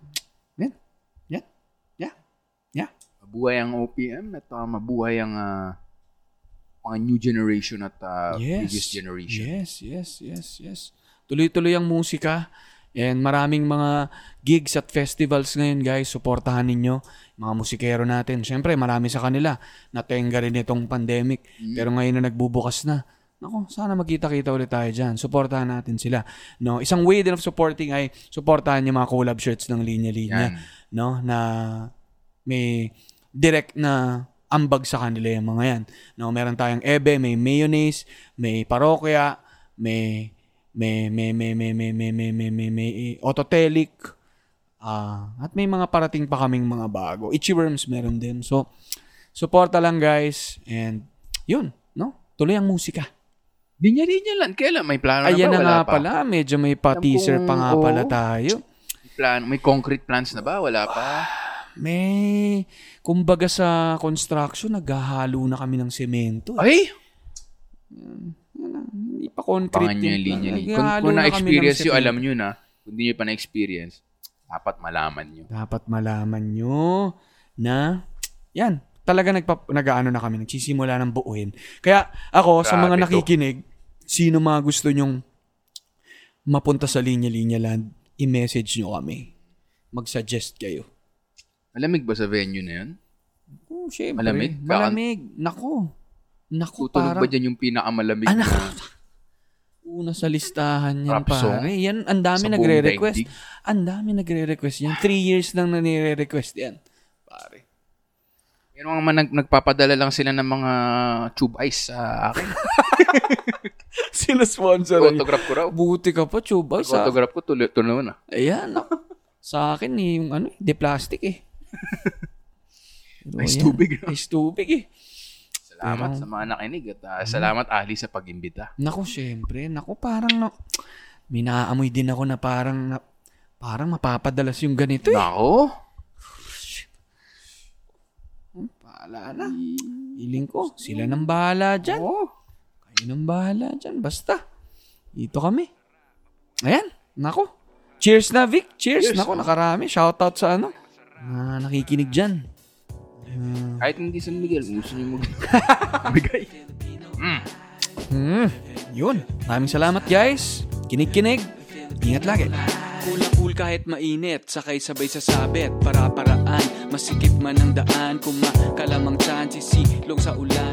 [SPEAKER 2] yan. Yan. Yeah. Yeah.
[SPEAKER 3] mabuhay ang OPM at ah, mabuhay ang ah, mga new generation at ah, previous generation.
[SPEAKER 2] Yes, yes, yes, yes. Tuloy-tuloy ang musika. And maraming mga gigs at festivals ngayon guys, suportahan ninyo mga musikero natin. Siyempre, marami sa kanila natenga rin itong pandemic.
[SPEAKER 3] Mm-hmm.
[SPEAKER 2] Pero ngayon na nagbubukas na, Nako, sana magkita-kita ulit tayo dyan. Suportahan natin sila. No, isang way din of supporting ay suportahan yung mga collab shirts ng Linya Linya.
[SPEAKER 3] Yan.
[SPEAKER 2] No, na may direct na ambag sa kanila yung mga yan. No, meron tayong ebe, may mayonnaise, may parokya, may may may may may may may may may may, may ototelic. Ah, at may mga parating pa kaming mga bago. Itchy worms meron din. So, suporta lang guys and yun, no? Tuloy ang musika.
[SPEAKER 3] Linya-linya lang. Kailan? May plano na
[SPEAKER 2] Ayan na
[SPEAKER 3] Ano ba? Wala
[SPEAKER 2] nga
[SPEAKER 3] pa.
[SPEAKER 2] pala, medyo may pa-teaser pa nga
[SPEAKER 3] Kung-
[SPEAKER 2] pala
[SPEAKER 3] oo.
[SPEAKER 2] tayo.
[SPEAKER 3] May Plano, may concrete plans na ba? Wala pa.
[SPEAKER 2] May, kumbaga sa construction, naghahalo na kami ng semento. eh.
[SPEAKER 3] Ay!
[SPEAKER 2] Hindi pa concrete
[SPEAKER 3] Pangan nyo yung linya. linya. Kung,
[SPEAKER 2] Naghahalo na kami
[SPEAKER 3] kung
[SPEAKER 2] ng
[SPEAKER 3] na-experience nyo,
[SPEAKER 2] semento.
[SPEAKER 3] alam nyo na. Kung di nyo pa na-experience, dapat malaman nyo.
[SPEAKER 2] Dapat malaman nyo na, yan, talaga nagpa, nag-ano na kami, nagsisimula ng buuin. Kaya ako, sa mga
[SPEAKER 3] Grabe to.
[SPEAKER 2] nakikinig, sino mga gusto nyong mapunta sa linya-linya land, i-message nyo kami. Mag-suggest kayo.
[SPEAKER 3] Malamig ba sa venue na yun?
[SPEAKER 2] Oh, syempre.
[SPEAKER 3] Malamig? Kakan-
[SPEAKER 2] Malamig. Nako. Nako,
[SPEAKER 3] Tutulog
[SPEAKER 2] parang-
[SPEAKER 3] ba dyan yung pinakamalamig
[SPEAKER 2] Anak.
[SPEAKER 3] na
[SPEAKER 2] Una sa listahan yan,
[SPEAKER 3] Rap song?
[SPEAKER 2] pare. Yan, ang dami
[SPEAKER 3] oh. Sa buong
[SPEAKER 2] nagre-request.
[SPEAKER 3] daigdig?
[SPEAKER 2] Ang dami nagre-request yan. Three years nang nanire-request yan, pare.
[SPEAKER 3] Meron nga man nag, nagpapadala lang sila ng mga tube ice sa akin.
[SPEAKER 2] Sinasponsoran niya.
[SPEAKER 3] Autograph ko raw.
[SPEAKER 2] Buti ka pa, Chuba. Sa,
[SPEAKER 3] Autograph ko, tuloy, tuloy na.
[SPEAKER 2] ayan, ako. sa akin, eh, yung ano, de plastic eh. Pero
[SPEAKER 3] Ice
[SPEAKER 2] ayan,
[SPEAKER 3] tubig, no?
[SPEAKER 2] Ice tubig eh.
[SPEAKER 3] Salamat sa mga nakinig at ah, salamat Ali sa pag-imbita.
[SPEAKER 2] Naku, syempre. Naku, parang na, may naaamoy din ako na parang na, parang mapapadalas yung ganito eh.
[SPEAKER 3] Nako!
[SPEAKER 2] Paala na. Iling ko, sila nang bahala dyan. Kayo nang bahala dyan. Basta. Dito kami. Ayan. Nako. Cheers na, Vic. Cheers. Nako, nakarami. Shoutout sa ano. Na nakikinig dyan.
[SPEAKER 3] Kahit hindi San Miguel, gusto nyo mag...
[SPEAKER 2] Hmm. Yun. Maraming salamat, guys. Kinig-kinig. Ingat lagi.
[SPEAKER 6] Cool kahit mainit, sakay sabay sa sabit Para paraan, masikip man ang daan Kumakalamang tiyan, sisilong sa ulan ano